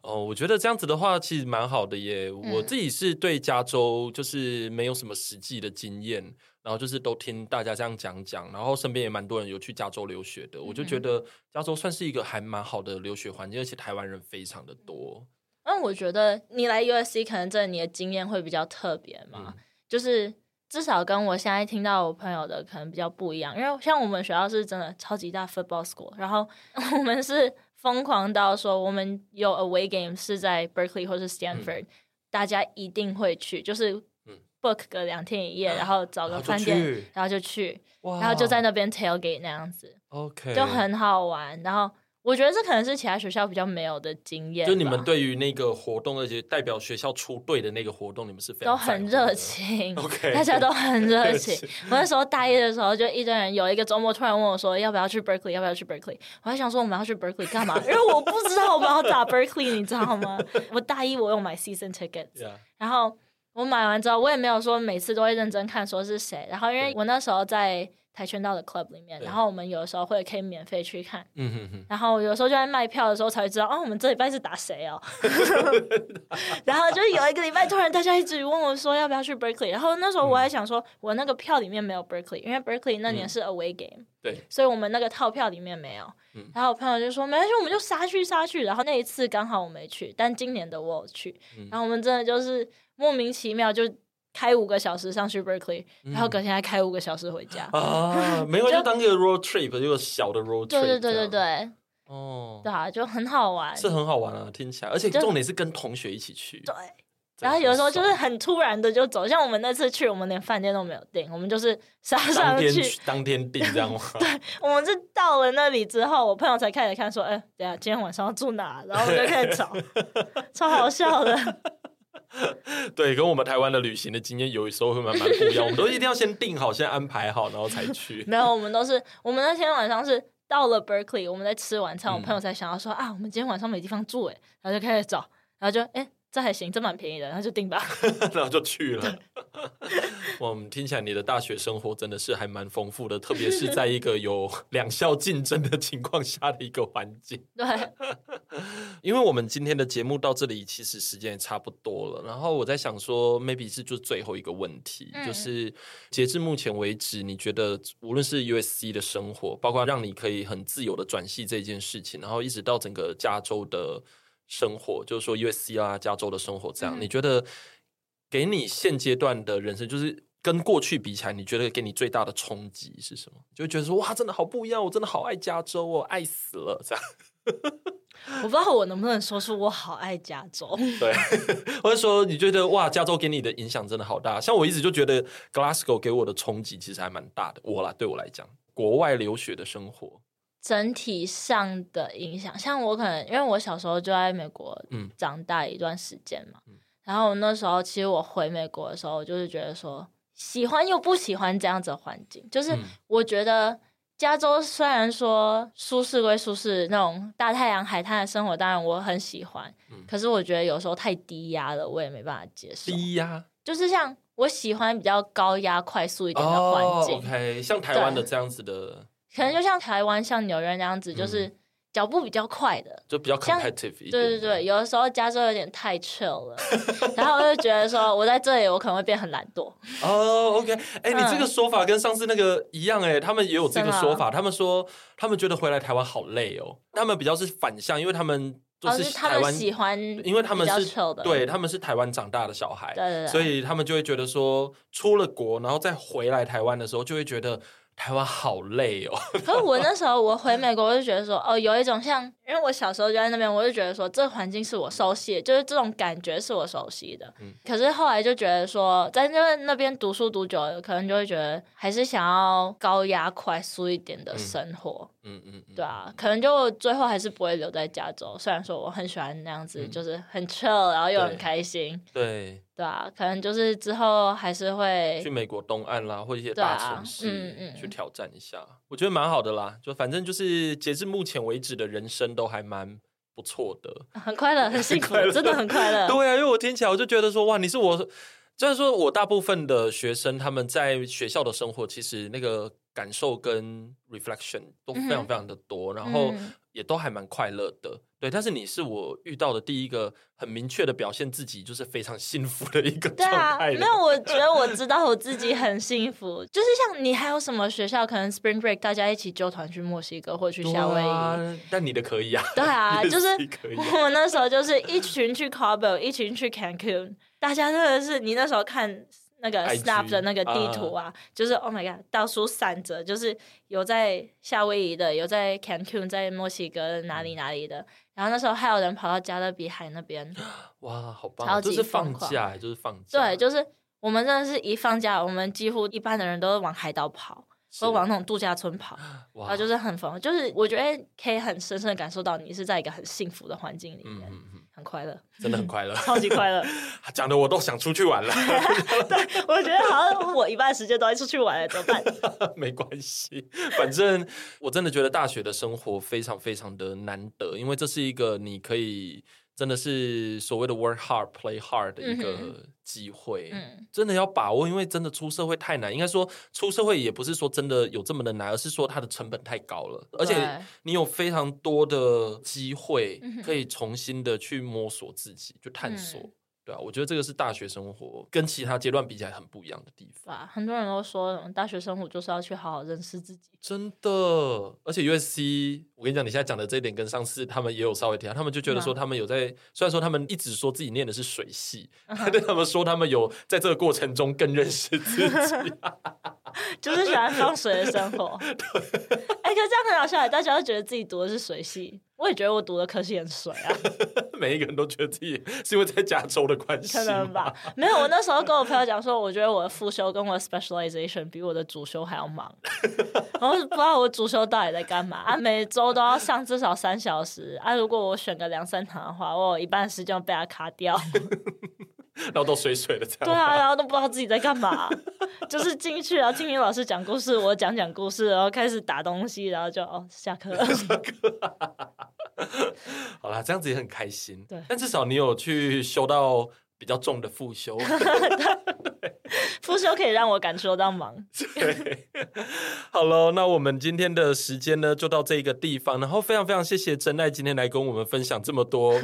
哦，我觉得这样子的话，其实蛮好的耶。
嗯
我自己是对加州就是没有什么实际的经验，然后就是都听大家这样讲讲，然后身边也蛮多人有去加州留学
嗯
的，我就觉得加州算是一个还蛮好的留学环境，而且台湾人非常的多。
那我觉得你来 USC 可能这你的经验会比较特别
嗯
嘛，就是至少跟我现在听到我朋友的可能比较不一样，因为像我们学校是真的超级大 football school，然后我们是疯狂到说我们有 away game 是在 Berkeley 或是 Stanford，、大家一定会去，就是
嗯
book 个两天一夜，
啊
然后找
然
个
后就
饭店，
去，
然后就去，
哇
然后就在那边 tailgate 那样子，
OK，
就很好玩。然后我觉得这可能是其他学校比较没有的经验吧，
就你们对于那个活动，而且代表学校出队的那个活动，你们是非常
都很
在乎的
热。
*laughs*
情
OK。
大家都很热情我那时候大一的时候，就一堆人有一个周末突然问我说要不要去 Berkeley，要不要去 Berkeley？我还想说我们要去 Berkeley 干嘛？因为我不知道我们要打 Berkeley，你知道吗？我大一我有买 season ticket，
Yeah，
然后我买完之后，我也没有说每次都会认真看说是谁。然后因为
对
我那时候在跆拳道的 club 里面，
对
然后我们有的时候会可以免费去看。
嗯哼哼。
然后有时候就在卖票的时候才会知道，哦，我们这礼拜是打谁哦。 *laughs* 然后就是有一个礼拜，突然大家一直问我说要不要去 Berkeley，然后那时候我还想说，我那个票里面没有 Berkeley，因为 Berkeley 那
嗯
年是 away game，、
对，
所以我们那个套票里面没有。
嗯
然后我朋友就说没关系，我们就杀去杀去。然后那一次刚好我没去，但今年的我有去。
嗯
然后我们真的就是莫名其妙就开五个小时上去 Berkeley，、然
嗯
后隔天还开五个小时回
*laughs*
家。
啊，
*laughs*
没有
就
就当一个 road trip，一个小的 road trip，
对对对
这
对
样，
对，
哦
对，啊，就很好玩。
是很好玩啊，听起来，而且
就
重点是跟同学一起去，
对，
这样
然后有时候
很
就
爽
是很突然的就走，像我们那次去，我们连饭店都没有订，我们就是杀
当
上
天
去。
去当天定这样
*laughs*
吗？
我们是到了那里之后，我朋友才开始看说，哎、等一下今天晚上要住哪？然后我们就开
*laughs*
始找，超好笑的。
*laughs* 对，跟我们台湾的旅行的经验有时候会蛮蛮不一样，我
*laughs*
们都一定要先定好，先安排好，然后才去。 *laughs*
没有，我们都是我们那天晚上是到了 Berkeley，我们在吃晚餐，我
嗯
欸朋友才想要说啊，我们今天晚上没地方住哎，然后就开始找，然后就哎、这还行，这蛮便宜的，那就定吧。 *laughs*
然后就去了。 *laughs* 哇，我们听起来你的大学生活真的是还蛮丰富的，特别
*laughs*
是在一个有两校竞争的情况下的一个环境。
对，
因为我们今天的节目到这里，其实时间也差不多了。然后我在想说，maybe 是就最后一个问题，
嗯
就是截至目前为止，你觉得无论是 USC 的生活，包括让你可以很自由的转系这件事情，然后一直到整个加州的生活，就是说 USC 啊，加州的生活这样，
嗯
你觉得给你现阶段的人生就是？跟过去比起来，你觉得给你最大的冲击是什么？就会觉得说哇，真的好不一样，我真的好爱加州哦，爱死了这样。
我不知道我能不能说出我好爱加州。
对， *laughs* 或者说你觉得哇，加州给你的影响真的好大。像我一直就觉得 Glasgow 给我的冲击其实还蛮大的，我啦，对我来讲，国外留学的生活，
整体上的影响，像我可能因为我小时候就在美国
嗯
长大一段时间嘛，
嗯
然后我那时候其实我回美国的时候，我就是觉得说喜欢又不喜欢这样子的环境，就是
嗯
我觉得加州虽然说舒适归舒适，那种大太阳海滩的生活当然我很喜欢，
嗯
可是我觉得有时候太低压了，我也没办法接受，
低呀、
就是像我喜欢比较高压、快速一点的
哦
环境。
，OK，像台湾的这样子的，
可能就像台湾、像纽约那样子，就是脚步比较快的。
就比较
像
competitive 嗯一点。
对对对，，有的时候加州有点太 chill
*laughs*
了，然后我就觉得说，我在这里我可能会变很懒
*laughs*
惰。
哦，OK，哎、你
嗯
这个说法跟上次那个一样、哎，他们也有这个
真的啊
说法，他们说他们觉得回来台湾好累哦，他们比较是反向，因为他们就
哦，是
台
他
湾
们喜欢，
因为他们
比
是
较 chill 的
对，他们是台湾长大的小孩，
对对对
所以他们就会觉得说，出了国然后再回来台湾的时候，就会觉得台湾好
*laughs*
累哦。
可是我那时候我回美国，我就觉得说，哦，有一种像，因为我小时候就在那边，我就觉得说，这环境是我熟悉的，就是这种感觉是我熟悉的。
嗯
可是后来就觉得说，在那那边读书读久了，可能就会觉得还是想要高压、快速一点的生活。
嗯嗯，嗯
对，啊，可能就最后还是不会留在加州。虽然说我很喜欢那样子，
嗯
就是很 chill，然后又
对
很开心，
对，
对啊，可能就是之后还是会
去，美国东岸啦，或一些
对
大
啊
城市、
嗯嗯
去挑战一下，我觉得蛮好的啦。就反正就是截至目前为止的人生都还蛮不错的。
*laughs* 很快乐，很幸福
快乐，
真的很快 *laughs*
*laughs*
乐。
对啊，因为我听起来我就觉得说，哇，你是我，虽然说我大部分的学生他们在学校的生活，其实那个感受跟 reflection 都非
嗯
常
哼
非常的多，然后
嗯
也都还蛮快乐的。对，但是你是我遇到的第一个很明确的表现自己就是非常幸福的一个
对
状
啊，
态
没
的。
有，我觉得我知道我自己很幸福。就是像你还有什么学校，可能 Spring Break 大家一起揪团去墨西哥或去
对
夏威夷。
啊，但你的可以啊，
对啊，
你的
就是
可以啊、
我那时候就是一群去 Cabo，一群去 Cancun，大家真的是你那时候看那个
IG
Snap 的那个地图啊，就是 Oh my God，到处散着，就是有在夏威夷的，有在 Cancun，在墨西哥哪
嗯
里哪里的，然后那时候还有人跑到加勒比海那
*laughs*
边，
*laughs* 哇，好棒哦！
超
就
级
是放
疯狂
假，就是啊放假，
对，就是我们真的是一放假，我们几乎一般的人都会往海岛跑，
是
都往那种度假村跑，然
哇，
后就是很疯，就是我觉得可以很深深的感受到你是在一个很幸福的环境里
嗯
面，
嗯嗯，
很快乐，
真的很快乐， *laughs*
超级快乐。
讲的我都想出去玩了。
我觉得好像我一半时间都在出去玩了，怎么
*laughs*
办？
没关系，反正我真的觉得大学的生活非常非常的难得，因为这是一个你可以真的是所谓的 work hard play hard 的一
嗯
个机会。
嗯，
真的要把握，因为真的出社会太难。应该说，出社会也不是说真的有这么的难，而是说它的成本太高了，而且
对
你有非常多的机会
嗯哼
可以重新的去摸索自己，就探索。
嗯
对啊，我觉得这个是大学生活跟其他阶段比起来很不一样的地方。
对啊，很多人都说嗯大学生活就是要去好好认识自己。
真的，而且 USC，我跟你讲，你现在讲的这一点跟上次他们也有稍微提到，他们就觉得说
嗯
他们有在，虽然说他们一直说自己念的是水系，
嗯
*laughs* 但是他们说他们有在这个过程中更认识自
*laughs*
己。
就是喜欢放水的生活。哎、可是这样很好笑耶，大家都觉得自己读的是水系，我也觉得我读的科系很水啊，
每一个人都觉得自己是因为在加州的关系
可能
吗
吧？没有，我那时候跟我朋友讲说，我觉得我的副修跟我的 specialization 比我的主修还要忙，然后不知道我主修到底在干嘛啊，每周都要上至少三小时啊，如果我选个两三堂的话，我有一半时间被他卡掉。
然后都水水的这
对 *laughs*
样。
啊，然后都不知道自己在干 *laughs* 嘛，就是进去然后听听老师讲故 *laughs* 事，我讲讲故事，然后开始打东西，然后就哦下课了。
好啦，这样子也很开心。
对
但至少你有去修到比较重的复
*laughs*
修。
复修可以让我感受到忙。
对，好喽，那我们今天的时间呢，就到这个地方。然后非常非常谢谢真爱今天来跟我们分享这么多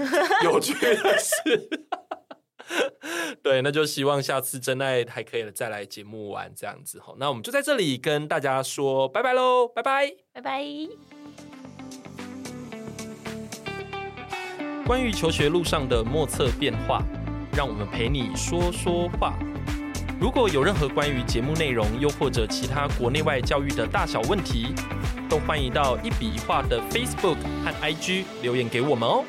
有趣的事。 *laughs* 对，那就希望下次真爱还可以再来节目玩这样子哈。那我们就在这里跟大家说拜拜喽，拜拜。
拜拜。
关于求学路上的莫测变化，让我们陪你说说话。如果有任何关于节目内容，又或者其他国内外教育的大小问题，都欢迎到一笔一画的 Facebook 和 IG 留言给我们哦。